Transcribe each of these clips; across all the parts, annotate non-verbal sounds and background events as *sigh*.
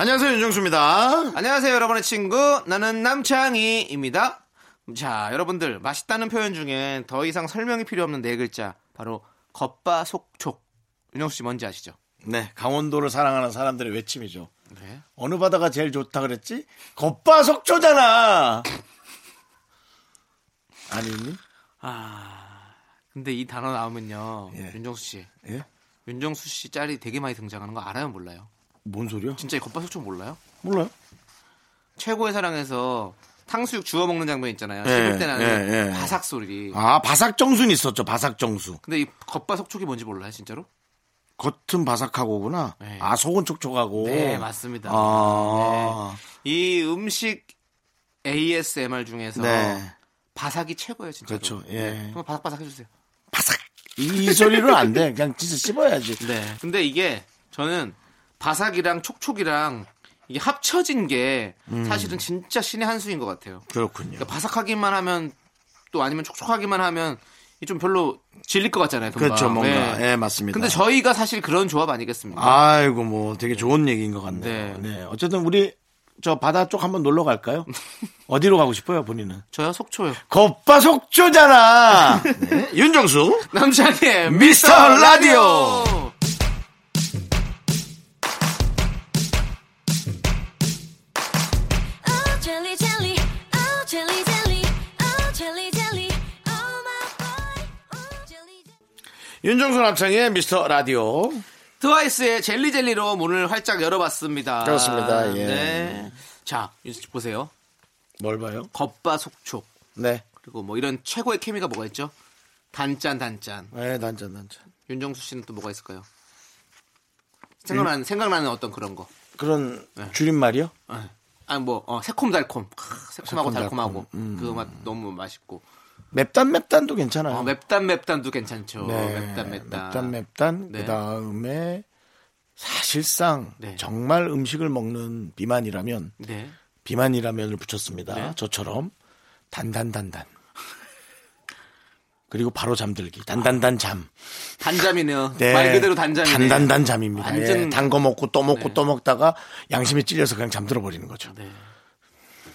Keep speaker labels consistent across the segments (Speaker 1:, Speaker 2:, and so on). Speaker 1: 안녕하세요 윤정수입니다.
Speaker 2: 안녕하세요, 여러분의 친구. 나는 남창희입니다. 자, 여러분들, 맛있다는 표현 중에 더 이상 설명이 필요 없는 네 글자. 바로, 겉바속촉. 윤영수 씨, 뭔지 아시죠?
Speaker 1: 네 강원도를 사랑하는 사람들의 외침이죠.
Speaker 2: 네.
Speaker 1: 어느 바다가 제일 좋다 그랬지? 겉바속초잖아. 아니니?
Speaker 2: 근데 이 단어 나오면요.
Speaker 1: 예.
Speaker 2: 윤정수 씨.
Speaker 1: 예?
Speaker 2: 윤정수 씨 짤이 되게 많이 등장하는 거 알아요, 몰라요?
Speaker 1: 뭔 소리야?
Speaker 2: 진짜 이 겉바속촉 몰라요?
Speaker 1: 몰라요.
Speaker 2: 최고의 사랑에서 탕수육 주워 먹는 장면 있잖아요.
Speaker 1: 예,
Speaker 2: 씹을 때 나는
Speaker 1: 예, 예.
Speaker 2: 바삭 소리.
Speaker 1: 아 바삭정수는 있었죠. 바삭정수.
Speaker 2: 근데 이 겉바속촉이 뭔지 몰라요, 진짜로?
Speaker 1: 겉은 바삭하고구나.
Speaker 2: 네.
Speaker 1: 아 속은 촉촉하고.
Speaker 2: 네, 맞습니다.
Speaker 1: 아,
Speaker 2: 이 음식 ASMR 중에서
Speaker 1: 네.
Speaker 2: 바삭이 최고예요, 진짜.
Speaker 1: 그렇죠. 예.
Speaker 2: 한번 바삭바삭 해주세요.
Speaker 1: 바삭. 이 소리로 안 돼. 그냥 진짜 씹어야지.
Speaker 2: 네. 근데 이게 저는 바삭이랑 촉촉이랑 이게 합쳐진 게
Speaker 1: 음.
Speaker 2: 사실은 진짜 신의 한 수인 것 같아요.
Speaker 1: 그렇군요.
Speaker 2: 그러니까 바삭하기만 하면 또 아니면 촉촉하기만 하면 이게 좀 별로 질릴 것 같잖아요. 금방.
Speaker 1: 그렇죠, 뭔가.
Speaker 2: 네.
Speaker 1: 예, 맞습니다.
Speaker 2: 근데 저희가 사실 그런 조합 아니겠습니까?
Speaker 1: 아이고 뭐 되게 좋은 얘기인 것 같네요. 네.
Speaker 2: 네.
Speaker 1: 어쨌든 우리 저 바다 쪽 한번 놀러 갈까요? *laughs* 어디로 가고 싶어요, 본인은?
Speaker 2: 저요 속초요. *laughs*
Speaker 1: 겉바속초잖아. 네, 윤정수.
Speaker 2: 남창의
Speaker 1: 미스터 라디오.
Speaker 3: Oh jelly jelly, oh jelly jelly, oh jelly jelly, oh my boy, oh jelly jelly.
Speaker 1: 윤정수 남창의 미스터 라디오.
Speaker 2: 트와이스의 젤리젤리로 문을 활짝 열어봤습니다.
Speaker 1: 그렇습니다, 예.
Speaker 2: 네. 자, 이제 보세요.
Speaker 1: 뭘 봐요?
Speaker 2: 겉바속촉
Speaker 1: 네.
Speaker 2: 그리고 뭐 이런 최고의 케미가 뭐가 있죠? 단짠 단짠.
Speaker 1: 예, 난잔 난잔.
Speaker 2: 윤정수 씨는 또 뭐가 있을까요?
Speaker 1: 음.
Speaker 2: 생각나는 생각나는 어떤 그런 거.
Speaker 1: 그런
Speaker 2: 네.
Speaker 1: 줄임말이요?
Speaker 2: 아니 뭐 어, 새콤달콤. 크, 새콤하고
Speaker 1: 새콤달콤. 음.
Speaker 2: 달콤하고 그 맛 너무 맛있고.
Speaker 1: 맵단 맵단도 괜찮아요.
Speaker 2: 어, 맵단 맵단도 괜찮죠.
Speaker 1: 음. 네,
Speaker 2: 맵단 맵단.
Speaker 1: 맵단 맵단.
Speaker 2: 네.
Speaker 1: 그다음에 사실상
Speaker 2: 네.
Speaker 1: 정말 음식을 먹는 비만이라면
Speaker 2: 네.
Speaker 1: 비만이라면을 붙였습니다.
Speaker 2: 네.
Speaker 1: 저처럼 단단단단. 그리고 바로 잠들기. 단단단 잠.
Speaker 2: 단잠이네요.
Speaker 1: 네.
Speaker 2: 말 그대로 단잠이네요.
Speaker 1: 단단단 잠입니다.
Speaker 2: 완전-
Speaker 1: 예, 단거 먹고 또 먹고
Speaker 2: 네.
Speaker 1: 또 먹다가 양심에 찔려서 그냥 잠들어 버리는 거죠.
Speaker 2: 네.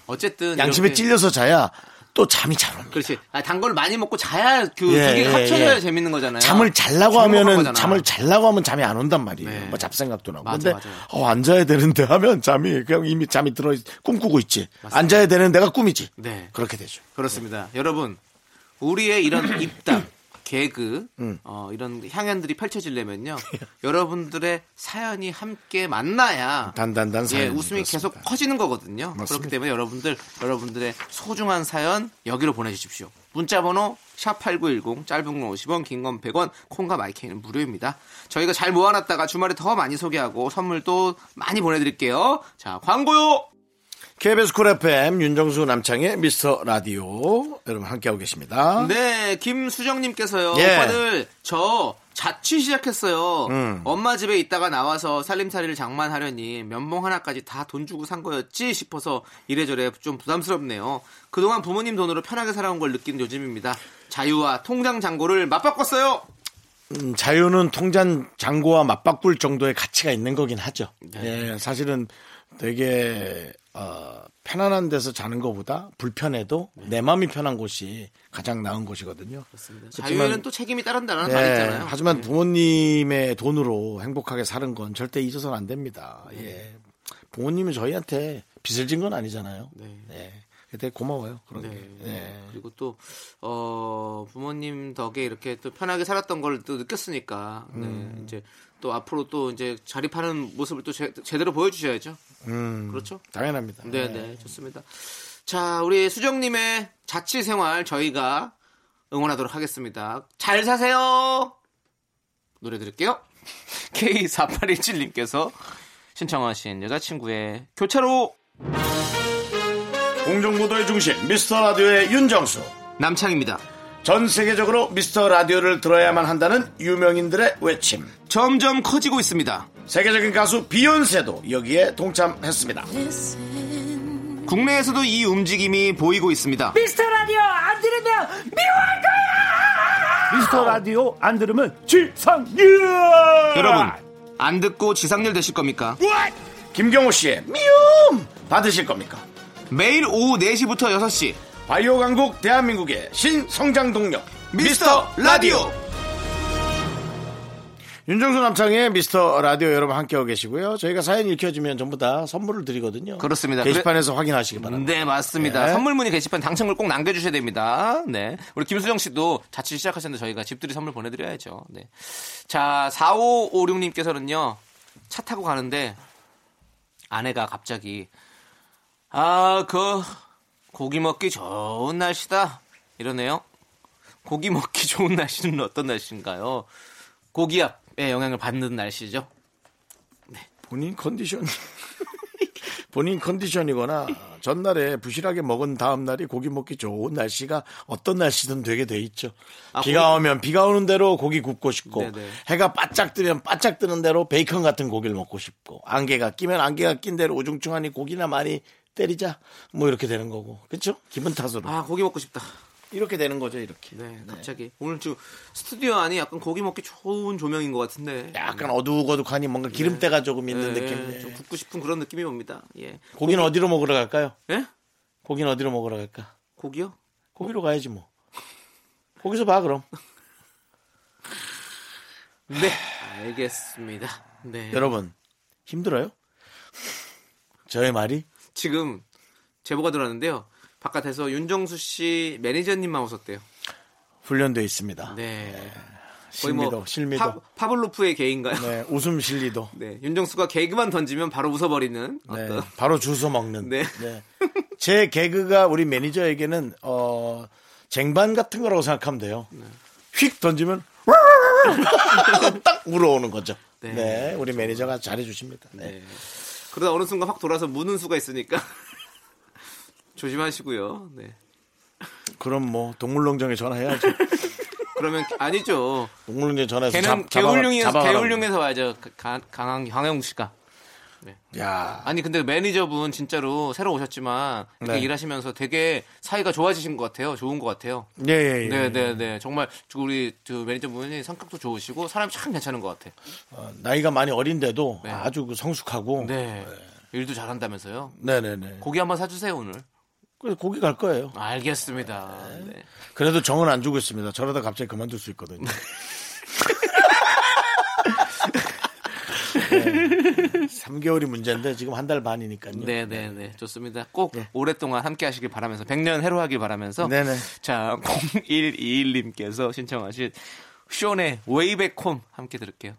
Speaker 2: 어쨌든
Speaker 1: 양심에
Speaker 2: 이렇게-
Speaker 1: 찔려서 자야 또 잠이 잘 옵니다.
Speaker 2: 그렇지. 아, 단 걸 많이 먹고 자야 그 두
Speaker 1: 예,
Speaker 2: 개가
Speaker 1: 예,
Speaker 2: 합쳐져야
Speaker 1: 예.
Speaker 2: 재밌는 거잖아요.
Speaker 1: 잠을 잘라고
Speaker 2: 행복한
Speaker 1: 하면은
Speaker 2: 거잖아.
Speaker 1: 잠을 잘라고 하면 잠이 안 온단 말이에요.
Speaker 2: 네.
Speaker 1: 뭐 잡생각도 나고. 근데
Speaker 2: 맞아, 맞아요.
Speaker 1: 어 앉아야 되는데 하면 잠이 그냥 이미 잠이 들어 있- 꿈꾸고 있지. 앉아야 되는 데가 꿈이지.
Speaker 2: 네.
Speaker 1: 그렇게 되죠.
Speaker 2: 그렇습니다. 여러분,
Speaker 1: *clears throat*
Speaker 2: 우리의 이런 입담, 개그,
Speaker 1: 음.
Speaker 2: 어, 이런 향연들이 펼쳐지려면요. 여러분들의 사연이 함께 만나야.
Speaker 1: 단단단
Speaker 2: 예,
Speaker 1: 사연이
Speaker 2: 웃음이 계속
Speaker 1: 그렇습니다.
Speaker 2: 커지는 거거든요. 그렇기 때문에 여러분들, 여러분들의 소중한 사연 여기로 보내주십시오. 문자번호 샵8910, 짧은 건 50원, 긴 건 100원, 콩과 마이크는 무료입니다. 저희가 잘 모아놨다가 주말에 더 많이 소개하고 선물도 많이 보내드릴게요. 자, 광고요!
Speaker 1: KBS 쿨 FM 윤정수 남창의 미스터 라디오 여러분 함께하고 계십니다.
Speaker 2: 네, 김수정님께서요.
Speaker 1: 어? 예.
Speaker 2: 오빠들 저 자취 시작했어요.
Speaker 1: 음.
Speaker 2: 엄마 집에 있다가 나와서 살림살이를 장만하려니 면봉 하나까지 다 돈 주고 산 거였지 싶어서 이래저래 좀 부담스럽네요. 그동안 부모님 돈으로 편하게 살아온 걸 느끼는 요즘입니다. 자유와 통장 잔고를 맞바꿨어요.
Speaker 1: 음, 자유는 통장 잔고와 맞바꿀 정도의 가치가 있는 거긴 하죠.
Speaker 2: 네.
Speaker 1: 예, 사실은 되게 어, 편안한 데서 자는 것보다 불편해도
Speaker 2: 네.
Speaker 1: 내 마음이 편한 곳이 가장 나은 곳이거든요.
Speaker 2: 자유에는 또 책임이 따른다는
Speaker 1: 예,
Speaker 2: 말 있잖아요. 네.
Speaker 1: 하지만 부모님의 돈으로 행복하게 사는 건 절대 잊어서는 안 됩니다.
Speaker 2: 네.
Speaker 1: 예. 부모님이 저희한테 빚을 진 건 아니잖아요.
Speaker 2: 네.
Speaker 1: 예. 되게 고마워요. 그런 게.
Speaker 2: 네.
Speaker 1: 예.
Speaker 2: 그리고 또, 어, 부모님 덕에 이렇게 또 편하게 살았던 걸 또 느꼈으니까, 네, 이제 또 앞으로 또 이제 자립하는 모습을 또 제, 제대로 보여주셔야죠.
Speaker 1: 음.
Speaker 2: 그렇죠?
Speaker 1: 당연합니다.
Speaker 2: 네,
Speaker 1: 예.
Speaker 2: 네, 좋습니다. 자, 우리 수정님의 자취 생활 저희가 응원하도록 하겠습니다. 잘 *laughs* 사세요! 노래 드릴게요. K4817님께서 신청하신 여자친구의 교차로
Speaker 1: 공정보도의 중심 미스터 라디오의 윤정수
Speaker 2: 남창입니다.
Speaker 1: 전 세계적으로 미스터 라디오를 들어야만 한다는 유명인들의 외침
Speaker 2: 점점 커지고 있습니다.
Speaker 1: 세계적인 가수 비욘세도 여기에 동참했습니다
Speaker 2: 국내에서도 이 움직임이 보이고 있습니다.
Speaker 4: 미스터 라디오 안 들으면 지상률
Speaker 2: 여러분, 안 듣고 지상렬 되실 겁니까?
Speaker 1: 김경호 씨의 미움 받으실 겁니까
Speaker 2: 매일 오후 4시부터 6시
Speaker 1: 바이오 강국 대한민국의 신성장 동력
Speaker 2: 미스터 라디오
Speaker 1: 윤정수 남창의 미스터 라디오 여러분 함께하고 계시고요 저희가 사연 읽혀지면 전부 다 선물을 드리거든요
Speaker 2: 그렇습니다.
Speaker 1: 게시판에서 확인하시기 바랍니다
Speaker 2: 네 맞습니다.
Speaker 1: 네.
Speaker 2: 선물 문의 게시판 당첨을 꼭 남겨주셔야 됩니다. 네 우리 김수정 씨도 자취 시작하셨는데 저희가 집들이 선물 보내드려야죠. 네. 자 4556님께서는요 차 타고 가는데 아내가 갑자기 아 그 고기 먹기 좋은 날씨다 이러네요. 고기 먹기 *laughs* 좋은 날씨는 어떤 날씨인가요? 고기압의 영향을 받는 날씨죠.
Speaker 1: 본인 컨디션 *laughs* 본인 컨디션이거나 전날에 부실하게 먹은 다음 날이 고기 먹기 좋은 날씨가 어떤 날씨든 되게 돼 있죠.
Speaker 2: 아,
Speaker 1: 비가 오면 비가 오는 대로 고기 굽고 싶고
Speaker 2: 네네.
Speaker 1: 해가 바짝 뜨면 바짝 뜨는 대로 베이컨 같은 고기를 먹고 싶고 안개가 끼면 안개가 낀 대로 우중충하니 고기나 많이 때리자 뭐 이렇게 되는 거고 그렇죠? 기분 탓으로
Speaker 2: 아 고기 먹고 싶다.
Speaker 1: 이렇게 되는 거죠 이렇게.
Speaker 2: 네, 갑자기 오늘 좀 스튜디오 안이 약간 고기 먹기 좋은 조명인 것 같은데
Speaker 1: 약간 어둑어둑하니 뭔가 기름때가 조금
Speaker 2: 네,
Speaker 1: 있는 느낌.
Speaker 2: 좀
Speaker 1: 예.
Speaker 2: 굽고 싶은 그런 느낌이 옵니다. 예,
Speaker 1: 고기는 어디로 먹으러 갈까요?
Speaker 2: 예?
Speaker 1: 고기는 어디로 먹으러 갈까?
Speaker 2: 고기요?
Speaker 1: 거기로 가야지 뭐. 거기서 봐 그럼.
Speaker 2: 네, 알겠습니다. 네,
Speaker 1: 여러분 힘들어요? 저의 말이
Speaker 2: 지금 제보가 들어왔는데요. 바깥에서 윤정수 씨 매니저님만 웃었대요.
Speaker 1: 훈련돼 있습니다.
Speaker 2: 네, 거의
Speaker 1: 실미도 실미도.
Speaker 2: 파, 블로프의 개인가요? 네.
Speaker 1: 네, 웃음 실리도.
Speaker 2: 윤정수가 개그만 던지면 바로 웃어버리는
Speaker 1: 네,
Speaker 2: 어떤
Speaker 1: 바로 주워 먹는.
Speaker 2: 네.
Speaker 1: 네. 제 개그가 우리 매니저에게는 어 쟁반 같은 거라고 생각하면 돼요.
Speaker 2: 네.
Speaker 1: 휙 던지면 *laughs* 딱 물어오는 거죠.
Speaker 2: 네.
Speaker 1: 네, 우리 매니저가 잘해 주십니다. 네.
Speaker 2: 그러다 어느 순간 확 돌아서 무는 수가 있으니까 *laughs* 조심하시고요. 네.
Speaker 1: 그럼 뭐 동물농장에 전화해야죠.
Speaker 2: 그러면 아니죠.
Speaker 1: 동물농장에 전화해서
Speaker 2: 걔는
Speaker 1: 잡, 잡아,
Speaker 2: 개울룡에서
Speaker 1: 잡아가라고.
Speaker 2: 개울룡에서 와야죠. 그 강 강한 황영 씨가.
Speaker 1: 야,
Speaker 2: 아니 근데 매니저분 진짜로 새로 오셨지만 이렇게
Speaker 1: 네.
Speaker 2: 일하시면서 되게 사이가 좋아지신 것 같아요. 좋은 것 같아요.
Speaker 1: 예, 예, 예.
Speaker 2: 네네네 정말 저 우리 저 매니저분이 성격도 좋으시고 사람이 참 괜찮은 것 같아.
Speaker 1: 어, 나이가 많이 어린데도
Speaker 2: 네.
Speaker 1: 아주 그 성숙하고.
Speaker 2: 네. 일도 잘한다면서요.
Speaker 1: 네네네.
Speaker 2: 고기 아. 한번 사주세요 오늘.
Speaker 1: 네. 그래서 고기 갈 거예요.
Speaker 2: 알겠습니다. 네.
Speaker 1: 그래도 정은 안 주고 있습니다. 저러다 갑자기 그만둘 수 있거든요. 네. 3개월이 문제인데 지금 한 달 반이니까요.
Speaker 2: 네네네 좋습니다. 꼭 오랫동안 함께 하시길 바라면서 100년 해로하길 바라면서
Speaker 1: 네. 네네.
Speaker 2: 자 0121님께서 신청하신 쇼네 웨이백홈 함께 들을게요.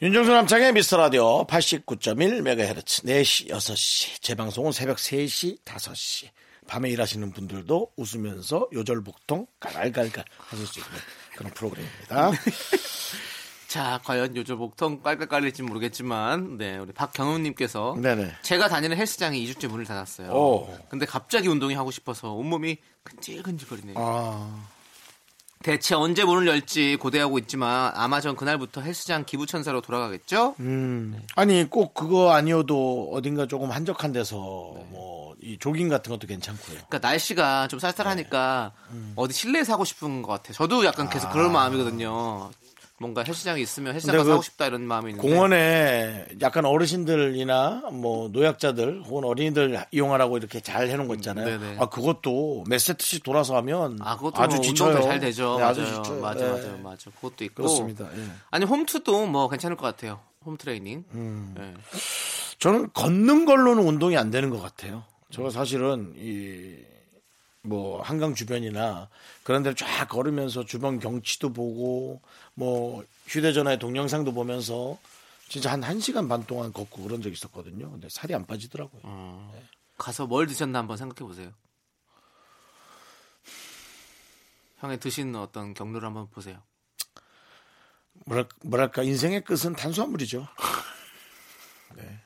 Speaker 1: 윤정수 남창의 미스터 라디오 89.1MHz 4시, 6시. 재방송은 새벽 3시, 5시. 밤에 일하시는 분들도 웃으면서 요절복통 갈갈갈갈 하실 수 있는 그런
Speaker 2: *laughs*
Speaker 1: 프로그램입니다.
Speaker 2: 자 과연 요즘 목통 깔깔깔릴지 모르겠지만 네 우리 박경훈님께서
Speaker 1: 네네.
Speaker 2: 제가 다니는 헬스장이 2주째 문을 닫았어요.
Speaker 1: 오.
Speaker 2: 근데 갑자기 운동이 하고 싶어서 온몸이 근질근질거리네요.
Speaker 1: 아.
Speaker 2: 대체 언제 문을 열지 고대하고 있지만 아마 전 그날부터 헬스장 기부천사로 돌아가겠죠?
Speaker 1: 음. 아니 꼭 그거 아니어도 어딘가 조금 한적한 데서
Speaker 2: 네.
Speaker 1: 뭐 이 조깅 같은 것도 괜찮고요.
Speaker 2: 그러니까 날씨가 좀 쌀쌀하니까
Speaker 1: 네. 음.
Speaker 2: 어디 실내에서 하고 싶은 것 같아요. 저도 약간 계속 그럴 마음이거든요. 뭔가 헬스장이 있으면 헬스장
Speaker 1: 근데
Speaker 2: 가서
Speaker 1: 그
Speaker 2: 하고 싶다 이런 마음이 있는데
Speaker 1: 공원에 약간 어르신들이나 뭐 노약자들 혹은 어린이들 이용하라고 이렇게 잘 해놓은 거 있잖아요.
Speaker 2: 음, 네네.
Speaker 1: 아 그것도 몇 세트씩 돌아서 하면
Speaker 2: 아 그것도
Speaker 1: 아주
Speaker 2: 뭐
Speaker 1: 지쳐요.
Speaker 2: 운동도 잘 되죠.
Speaker 1: 네,
Speaker 2: 맞아요.
Speaker 1: 지쳐요.
Speaker 2: 맞아
Speaker 1: 네.
Speaker 2: 맞아 맞아. 그것도 있고
Speaker 1: 그렇습니다. 예.
Speaker 2: 아니 홈트도 뭐 괜찮을 것 같아요. 홈 트레이닝.
Speaker 1: 음.
Speaker 2: 예.
Speaker 1: 저는 걷는 걸로는 운동이 안 되는 것 같아요.
Speaker 2: 음.
Speaker 1: 제가 사실은 이 뭐 한강 주변이나 그런 데를 쫙 걸으면서 주변 경치도 보고 뭐 휴대전화에 동영상도 보면서 진짜 한 1시간 반 동안 걷고 그런 적이 있었거든요. 근데 살이 안 빠지더라고요.
Speaker 2: 음. 어. 가서 뭘 드셨나 한번 생각해 보세요. 형의 드신 어떤 경로를 한번 보세요. *laughs*
Speaker 1: 뭐랄- 뭐랄까 인생의 끝은 탄수화물이죠. 네.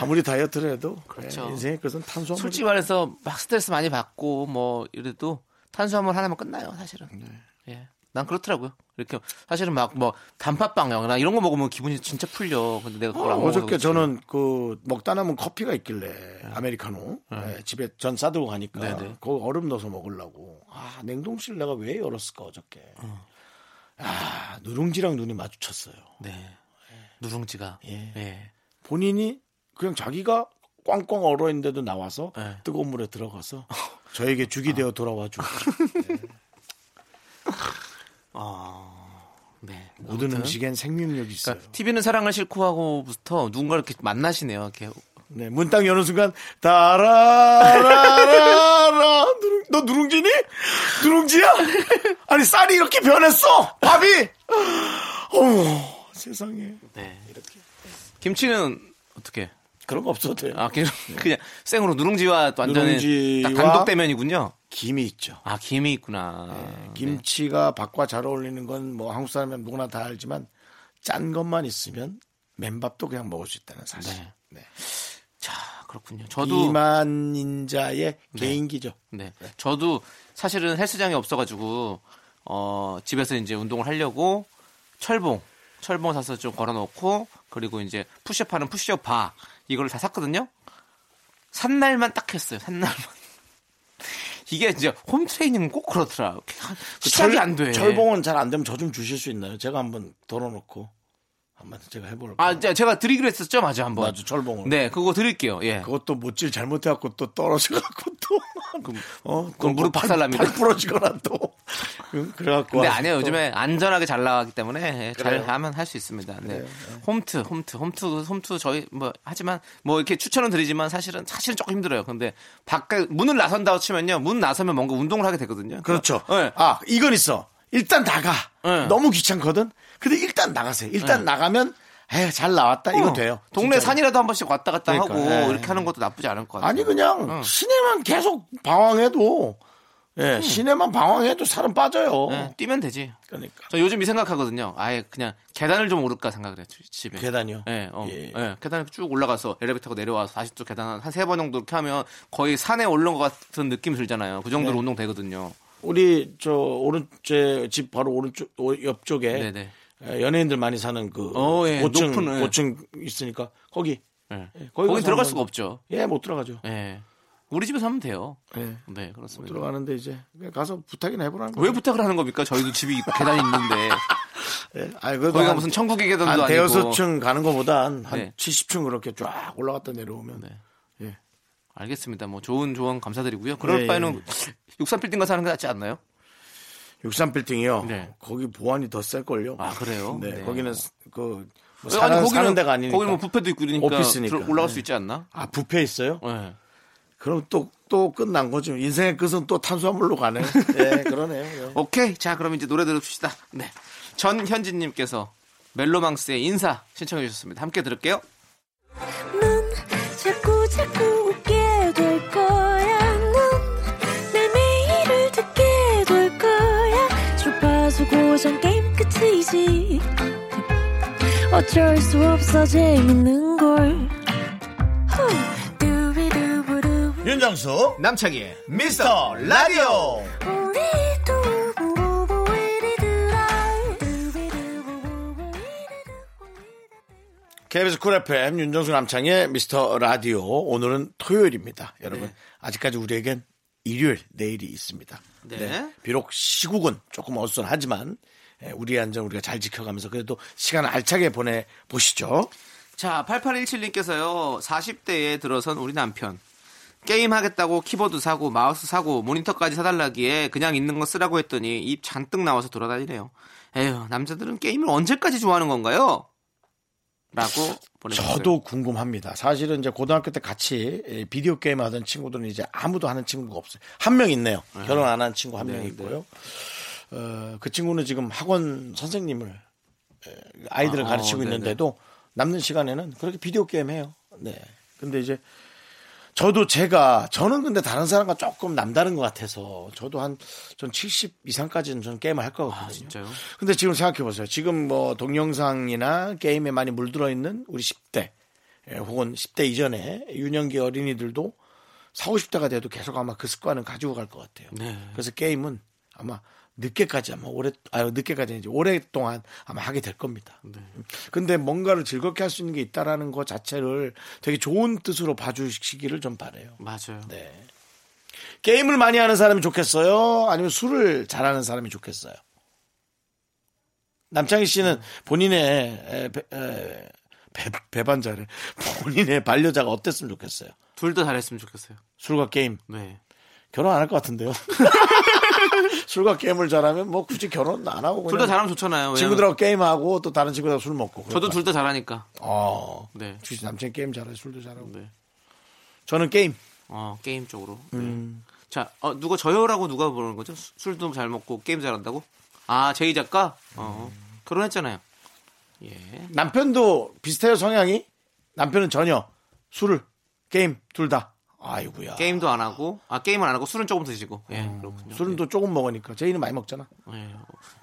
Speaker 1: 아무리 다이어트를 해도
Speaker 2: 그렇죠.
Speaker 1: 예, 인생의 끝은 탄수화물.
Speaker 2: 솔직히 말해서 막 스트레스 많이 받고 뭐 이래도 탄수화물 하나면 끝나요 사실은
Speaker 1: 네.
Speaker 2: 예. 난 그렇더라고요 이렇게 사실은 막 뭐 단팥빵 영나 이런 거 먹으면 기분이 진짜 풀려 근데 내가 그걸 안 먹어서
Speaker 1: 어저께
Speaker 2: 그렇지.
Speaker 1: 저는 그 먹다 남은 커피가 있길래 아메리카노 예, 집에 전 싸들고 가니까
Speaker 2: 네. 네네.
Speaker 1: 그거 얼음 넣어서 먹으려고 아 냉동실 내가 왜 열었을까 어저께 아 누룽지랑 눈이 마주쳤어요
Speaker 2: 네. 누룽지가
Speaker 1: 예.
Speaker 2: 예.
Speaker 1: 본인이 그냥 자기가 꽝꽝 얼어 있는데도 나와서
Speaker 2: 네.
Speaker 1: 뜨거운 물에 들어가서 저에게 죽이 되어 돌아와 주고
Speaker 2: 아. 네.
Speaker 1: 모든 음식엔 생명력이 있어요
Speaker 2: 그러니까 TV는 사랑을 싫고 하고부터 누군가 이렇게 만나시네요 이렇게
Speaker 1: 네, 문딱 여는 순간 다라라라라 누룽, 너 누룽지니? 누룽지야? 아니 쌀이 이렇게 변했어 밥이 어머 세상에
Speaker 2: 네. 김치는 어떻게
Speaker 1: 그런 거 없어도 돼요
Speaker 2: 아 그냥, *laughs* 그냥 생으로 누룽지와 또 완전히
Speaker 1: 네. 누룽지와-
Speaker 2: 딱 단독 대면이군요
Speaker 1: 김이 있죠
Speaker 2: 아 김이 있구나
Speaker 1: 네, 김치가 밥과 잘 어울리는 건 뭐 한국 사람이면 누구나 다 알지만 짠 것만 있으면 맨밥도 그냥 먹을 수 있다는 사실
Speaker 2: 네.
Speaker 1: 네.
Speaker 2: 자 그렇군요 저도
Speaker 1: 이만인자의 개인기죠
Speaker 2: 네. 저도 사실은 헬스장이 없어가지고 어 집에서 이제 운동을 하려고 철봉 철봉 사서 좀 걸어놓고 그리고 이제 푸시업 하는 푸시업 바 이걸 다 샀거든요. 산 날만 딱 했어요. 산 날만. *laughs* 이게 이제 홈 트레이닝은 꼭 그렇더라.
Speaker 1: 그
Speaker 2: 시작이
Speaker 1: 철-
Speaker 2: 안 돼.
Speaker 1: 철봉은 잘 안 되면 저 좀 주실 수 있나요? 제가 한번 덜어놓고 한번 제가 해볼까요?
Speaker 2: 아 이제 제가 드리기로 했었죠, 맞아 한번.
Speaker 1: 맞아 철봉을.
Speaker 2: 네, 그거 드릴게요. 예.
Speaker 1: 그것도 뭐 못질 잘못해갖고 또 떨어져갖고 또. *laughs*
Speaker 2: 그럼-
Speaker 1: 어,
Speaker 2: 그럼 무릎 박살납니다.
Speaker 1: 팔 부러지거나 또. 응, 그래갖고.
Speaker 2: 근데
Speaker 1: 와서
Speaker 2: 아니에요.
Speaker 1: 또
Speaker 2: 요즘에 안전하게 잘 나가기 때문에 예, 잘
Speaker 1: 그래요.
Speaker 2: 하면 할 수 있습니다. 네. 홈트, 홈트, 홈트, 홈트 저희 뭐 하지만 뭐 이렇게 추천은 드리지만 사실은 사실은 조금 힘들어요. 근데 밖에 문을 나선다고 치면요. 문 나서면 뭔가 운동을 하게 되거든요.
Speaker 1: 그렇죠.
Speaker 2: 네.
Speaker 1: 아, 이건 있어. 일단 나가.
Speaker 2: 네.
Speaker 1: 너무 귀찮거든? 근데 일단 나가세요. 일단 나가면, 에잘 나왔다. 이거
Speaker 2: 예. 어,
Speaker 1: 돼요.
Speaker 2: 동네
Speaker 1: 진짜로.
Speaker 2: 산이라도 한 번씩 왔다 갔다
Speaker 1: 그러니까,
Speaker 2: 하고
Speaker 1: 예,
Speaker 2: 이렇게 어. 하는 것도 나쁘지 않을 것 같아요.
Speaker 1: 아니, 그냥, 시내만 계속 방황해도, 예, 시내만 방황해도 살은 빠져요.
Speaker 2: 음. 예, 뛰면 되지.
Speaker 1: 그러니까.
Speaker 2: 저 요즘 이 생각하거든요. 아예 그냥 계단을 좀 오를까 생각을 해요. 집에.
Speaker 1: 계단이요?
Speaker 2: 예, 어,
Speaker 1: 예.
Speaker 2: 예. 계단을 쭉 올라가서 엘리베이터 타고 내려와서 다시 또 계단 한 세 번 정도 이렇게 하면 거의 산에 올라온 것 같은 느낌 들잖아요. 그
Speaker 1: 네.
Speaker 2: 정도로 운동 되거든요.
Speaker 1: 우리 저 오른 제집 바로 오른쪽 오- 옆쪽에
Speaker 2: 네네.
Speaker 1: 에, 연예인들 많이 사는 그
Speaker 2: 어, 예,
Speaker 1: 5층
Speaker 2: 높은, 예.
Speaker 1: 5층 있으니까 거기
Speaker 2: 예.
Speaker 1: 예, 거기
Speaker 2: 거기
Speaker 1: 가서 한번-
Speaker 2: 들어갈 수가 없죠.
Speaker 1: 예 못 들어가죠.
Speaker 2: 예. 우리 집에서 하면 돼요.
Speaker 1: 예.
Speaker 2: 네, 그렇습니다.
Speaker 1: 들어가는데 이제 그냥 가서 부탁이나 해보라는
Speaker 2: 왜
Speaker 1: 거예요.
Speaker 2: 부탁을 하는 겁니까? 저희도 집이 계단이
Speaker 1: *laughs*
Speaker 2: 있는데
Speaker 1: 예. 아니 그래도
Speaker 2: 거기가
Speaker 1: 한-
Speaker 2: 무슨 천국의 계단도
Speaker 1: 한
Speaker 2: 아니고
Speaker 1: 대여섯 층 가는 것보단 한
Speaker 2: 네.
Speaker 1: 70층 그렇게 쫙 올라갔다 내려오면
Speaker 2: 네.
Speaker 1: 예.
Speaker 2: 알겠습니다. 뭐 좋은 조언 감사드리고요. 그럴
Speaker 1: 예,
Speaker 2: 바에는 육삼 빌딩 가서 하는 게 낫지 않나요?
Speaker 1: 63 빌딩이요.
Speaker 2: 네.
Speaker 1: 거기 보안이 더 셀 걸요.
Speaker 2: 아, 그래요?
Speaker 1: 네,
Speaker 2: 네.
Speaker 1: 거기는 그
Speaker 2: 아니,
Speaker 1: 뭐 사는,
Speaker 2: 거기는-
Speaker 1: 사는 데가 아니니까.
Speaker 2: 거기는 뭐 부페도 있고 이러니까
Speaker 1: 오피스니까.
Speaker 2: 들어- 올라갈
Speaker 1: 네.
Speaker 2: 수 있지 않나?
Speaker 1: 아 부패 있어요?
Speaker 2: 예.
Speaker 1: 그럼 또, 또 끝난 거죠. 인생의 끝은 또 탄수화물로 가네. 예, 그러네요. 예.
Speaker 2: 오케이. 자, 그럼 이제 노래 들읍시다. 네. 전현진님께서 멜로망스의 인사 신청해 주셨습니다. 함께 들을게요.
Speaker 3: 넌 자꾸 자꾸 웃게 될 거야. 넌내 매일을 듣게 될 거야. 주파수 고정 게임 끝이지. 어쩔 수 없어 재밌는 걸. 후. 두비두부두.
Speaker 1: 윤정수,
Speaker 2: 남창희의
Speaker 1: 미스터 라디오.
Speaker 3: 우리 두부부부 우리들아. 두비두부부부 우리들아.
Speaker 1: KBS 쿨 FM 윤정수 남창의 미스터 라디오. 오늘은 토요일입니다. 여러분, 아직까지 우리에겐 일요일, 내일이 있습니다.
Speaker 2: 네.
Speaker 1: 비록 시국은 조금 어수선하지만 예, 우리의 안전 우리가 잘 지켜가면서 그래도 시간 알차게 보내보시죠.
Speaker 2: 자, 8817님께서요. 40대에 들어선 우리 남편. 게임 하겠다고 키보드 사고 마우스 사고 모니터까지 사달라기에 그냥 있는 거 쓰라고 했더니 입 잔뜩 나와서 돌아다니네요. 에휴, 남자들은 게임을 언제까지 좋아하는 건가요? 라고 보내주셨어요.
Speaker 1: 저도 궁금합니다. 사실은 이제 고등학교 때 같이 에, 비디오 게임 하던 친구들은 이제 아무도 하는 친구가 없어요. 한 명 있네요. 결혼 안 한 친구 한
Speaker 2: 네.
Speaker 1: 명 있고요. 어, 그 친구는 지금 학원 선생님을 에, 아이들을
Speaker 2: 아,
Speaker 1: 가르치고
Speaker 2: 어, 네네.
Speaker 1: 있는데도 남는 시간에는 그렇게 비디오 게임 해요. 네. 근데 이제 저도 제가 저는 근데 다른 사람과 조금 남다른 것 같아서 저도 한 전 70 이상까지는 저는 게임을 할 거거든요.
Speaker 2: 아, 진짜요?
Speaker 1: 근데 지금 생각해 보세요. 지금 뭐 동영상이나 게임에 많이 물들어 있는 우리 10대 예, 혹은 10대 이전에 유년기 어린이들도 40, 50대가 돼도 계속 아마 그 습관은 가지고 갈 것 같아요. 그래서 게임은 아마 늦게까지 아마 오래 아 늦게까지 이제 오랫동안 아마 하게 될 겁니다. 근데 뭔가를 즐겁게 할 수 있는 게 있다라는 것 자체를 되게 좋은 뜻으로 봐주시기를 좀 바래요.
Speaker 2: 맞아요.
Speaker 1: 네. 게임을 많이 하는 사람이 좋겠어요? 아니면 술을 잘하는 사람이 좋겠어요? 남창희 씨는 본인의 에, 배, 에, 배, 배반자를 본인의 반려자가 어땠으면 좋겠어요?
Speaker 2: 둘 다 잘했으면 좋겠어요.
Speaker 1: 술과 게임
Speaker 2: 네.
Speaker 1: 결혼 안 할 것 같은데요? *laughs* 술과 게임을 잘하면 뭐 굳이 결혼 안 하고
Speaker 2: 둘 다
Speaker 1: 그냥
Speaker 2: 잘하면 좋잖아요. 왜냐면
Speaker 1: 친구들하고 그러니까. 게임하고 또 다른 친구들하고 술 먹고
Speaker 2: 저도
Speaker 1: 그럴까요?
Speaker 2: 둘 다 잘하니까.
Speaker 1: 어.
Speaker 2: 네.
Speaker 1: 혹시 남창희 게임 잘해 술도 잘하고
Speaker 2: 네.
Speaker 1: 저는 게임
Speaker 2: 어, 게임 쪽으로. 네.
Speaker 1: 음.
Speaker 2: 자, 어, 누가 저요라고 누가 부르는 거죠? 수- 술도 잘 먹고 게임 잘한다고? 아, 제이 작가? 어, 결혼했잖아요. 예.
Speaker 1: 남편도 비슷해요 성향이 남편은 전혀 술을 게임 둘 다 아이고야
Speaker 2: 게임도 안 하고, 아, 게임은 안 하고 술은 조금 드시고. 예, 그렇군요.
Speaker 1: 음, 술은 또 조금 먹으니까 제이는 많이 먹잖아
Speaker 2: 예.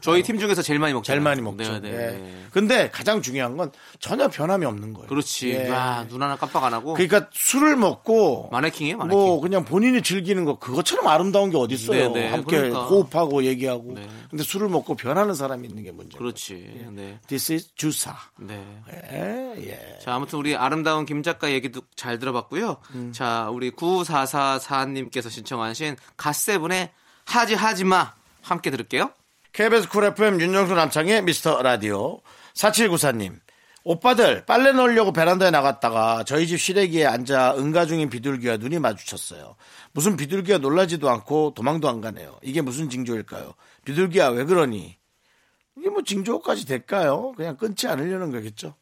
Speaker 2: 저희 팀 중에서 제일 많이 먹죠.
Speaker 1: 제일 많이 먹죠
Speaker 2: 네, 네,
Speaker 1: 예.
Speaker 2: 네.
Speaker 1: 근데 가장 중요한 건 전혀 변함이 없는 거예요
Speaker 2: 그렇지.
Speaker 1: 예.
Speaker 2: 아, 눈 하나 깜빡 안 하고.
Speaker 1: 그러니까 술을 먹고
Speaker 2: 마네킹이에요, 마네킹.
Speaker 1: 뭐 그냥 본인이 즐기는 거 그것처럼 아름다운 게 어디 있어요
Speaker 2: 네, 네.
Speaker 1: 함께
Speaker 2: 그러니까.
Speaker 1: 호흡하고 얘기하고
Speaker 2: 네.
Speaker 1: 근데 술을 먹고 변하는 사람이 있는 게 문제예요
Speaker 2: 그렇지. 네.
Speaker 1: This is 주사
Speaker 2: 네.
Speaker 1: 예, 예.
Speaker 2: 자, 아무튼 우리 아름다운 김 작가 얘기도 잘 들어봤고요.
Speaker 1: 음.
Speaker 2: 자, 우리 9444님께서 신청하신 갓세븐의 하지 하지마 함께 들을게요.
Speaker 1: KBS 쿨 FM 윤정수 남창의 미스터 라디오 4794님 오빠들 빨래 넣으려고 베란다에 나갔다가 저희 집 시래기에 앉아 응가 중인 비둘기와 눈이 마주쳤어요. 무슨 비둘기가 놀라지도 않고 도망도 안 가네요. 이게 무슨 징조일까요? 비둘기야 왜 그러니? 이게 뭐 징조까지 될까요? 그냥 끊지 않으려는 거겠죠.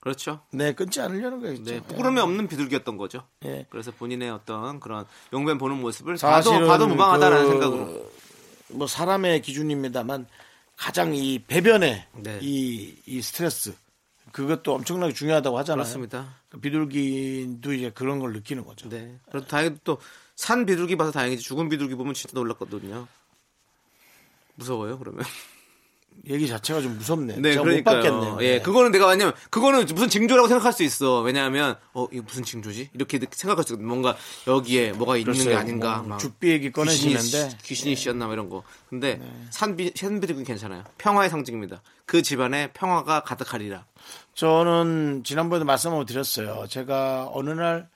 Speaker 2: 그렇죠.
Speaker 1: 네, 끊지 않으려는 거겠죠.
Speaker 2: 네, 부끄러움이 없는 비둘기였던 거죠.
Speaker 1: 예.
Speaker 2: 그래서 본인의 어떤 그런 용변 보는 모습을
Speaker 1: 사실은
Speaker 2: 봐도 봐도 무방하다라는
Speaker 1: 그-
Speaker 2: 생각으로.
Speaker 1: 뭐 사람의 기준입니다만 가장 이 배변의
Speaker 2: 네.
Speaker 1: 이, 이 스트레스 그것도 엄청나게 중요하다고 하잖아요.
Speaker 2: 그렇습니다.
Speaker 1: 그 비둘기도 이제 그런 걸 느끼는 거죠.
Speaker 2: 네. 그래도 다행히 또 산 비둘기 봐서 다행이지 죽은 비둘기 보면 진짜 놀랐거든요. 무서워요, 그러면.
Speaker 1: 얘기 자체가 좀 무섭네.
Speaker 2: 네,
Speaker 1: 제가
Speaker 2: 그러니까요.
Speaker 1: 못 받겠네요.
Speaker 2: 예, 그거는 내가 왜냐면 그거는 무슨 징조라고 생각할 수 있어. 왜냐하면 어 이거 무슨 징조지? 이렇게 생각할 수 있어. 뭔가 여기에 뭐가 있는
Speaker 1: 글쎄요,
Speaker 2: 게 아닌가.
Speaker 1: 뭐
Speaker 2: 막
Speaker 1: 죽비 얘기 꺼내시는데.
Speaker 2: 귀신이, 귀신이 씌었나 뭐 이런 거. 근데
Speaker 1: 네.
Speaker 2: 산비 산비들은 괜찮아요. 평화의 상징입니다. 그 집안에 평화가 가득하리라.
Speaker 1: 저는 지난번에도 말씀 한번 드렸어요. 제가 어느 날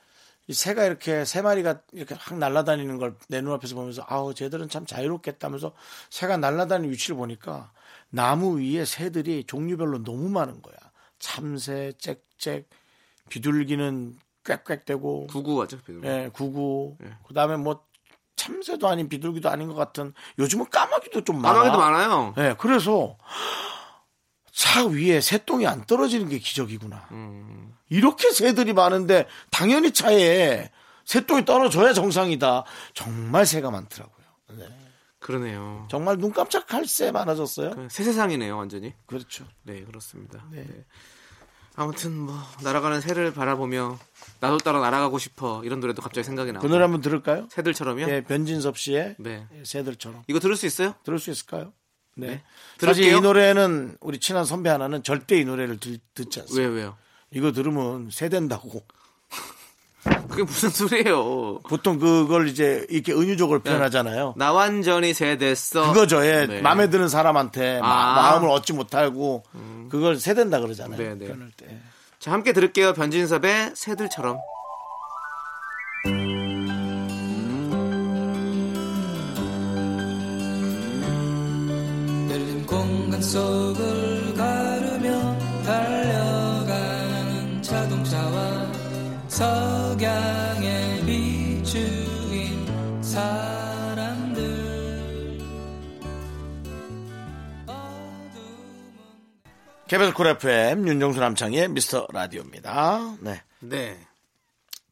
Speaker 1: 이 새가 이렇게 세 마리가 이렇게 확 날아다니는 걸 내 눈앞에서 보면서 아우 쟤들은 참 자유롭겠다면서 새가 날아다니는 위치를 보니까 나무 위에 새들이 종류별로 너무 많은 거야. 참새, 짹짹, 비둘기는 꽥꽥대고
Speaker 2: 구구하죠. 그 비둘기.
Speaker 1: 예, 구구. 그다음에 뭐 참새도 아닌 비둘기도 아닌 것 같은 요즘은 까마귀도 좀 많아.
Speaker 2: 만화에도 많아요.
Speaker 1: 예, 그래서 차 위에 새똥이 안 떨어지는 게 기적이구나.
Speaker 2: 음,
Speaker 1: 이렇게 새들이 많은데 당연히 차에 새똥이 떨어져야 정상이다. 정말 새가 많더라고요. 네.
Speaker 2: 그러네요.
Speaker 1: 정말 눈 깜짝할 새 많아졌어요.
Speaker 2: 새 세상이네요, 완전히.
Speaker 1: 그렇죠.
Speaker 2: 네, 그렇습니다. 네. 아무튼 뭐 날아가는 새를 바라보며 나도 따라 날아가고 싶어 이런 노래도 갑자기 생각이
Speaker 1: 그
Speaker 2: 나고.
Speaker 1: 노래 한번 들을까요?
Speaker 2: 새들처럼요?
Speaker 1: 예, 변진섭 씨의
Speaker 2: 네.
Speaker 1: 새들처럼
Speaker 2: 이거 들을 수 있어요?
Speaker 1: 들을 수 있을까요? 네.
Speaker 2: 네.
Speaker 1: 사실
Speaker 2: 들을게요.
Speaker 1: 이 노래는 우리 친한 선배 하나는 절대 이 노래를 들- 듣지 않습니다.
Speaker 2: 왜 왜요?
Speaker 1: 이거 들으면 새 된다고.
Speaker 2: 그게 무슨 *laughs* 소리예요?
Speaker 1: 보통 그걸 이제 이렇게 은유적으로
Speaker 2: 네.
Speaker 1: 표현하잖아요.
Speaker 2: 나 완전히 세됐어.
Speaker 1: 그거죠. 예.
Speaker 2: 네.
Speaker 1: 마음에 드는 사람한테 마-
Speaker 2: 아. 음.
Speaker 1: 마음을 얻지 못하고 그걸 세댄다 그러잖아요.
Speaker 2: 네, 네.
Speaker 1: 표현할 때.
Speaker 2: 자 함께 들을게요. 변진섭의 새들처럼.
Speaker 5: 열린 공간 속을 가르며 달려가는 자동차와 석양에 비추인 사람들 어둠은
Speaker 1: KBS 쿨 FM 윤정수 남창의 미스터 라디오입니다. 네.
Speaker 2: 네.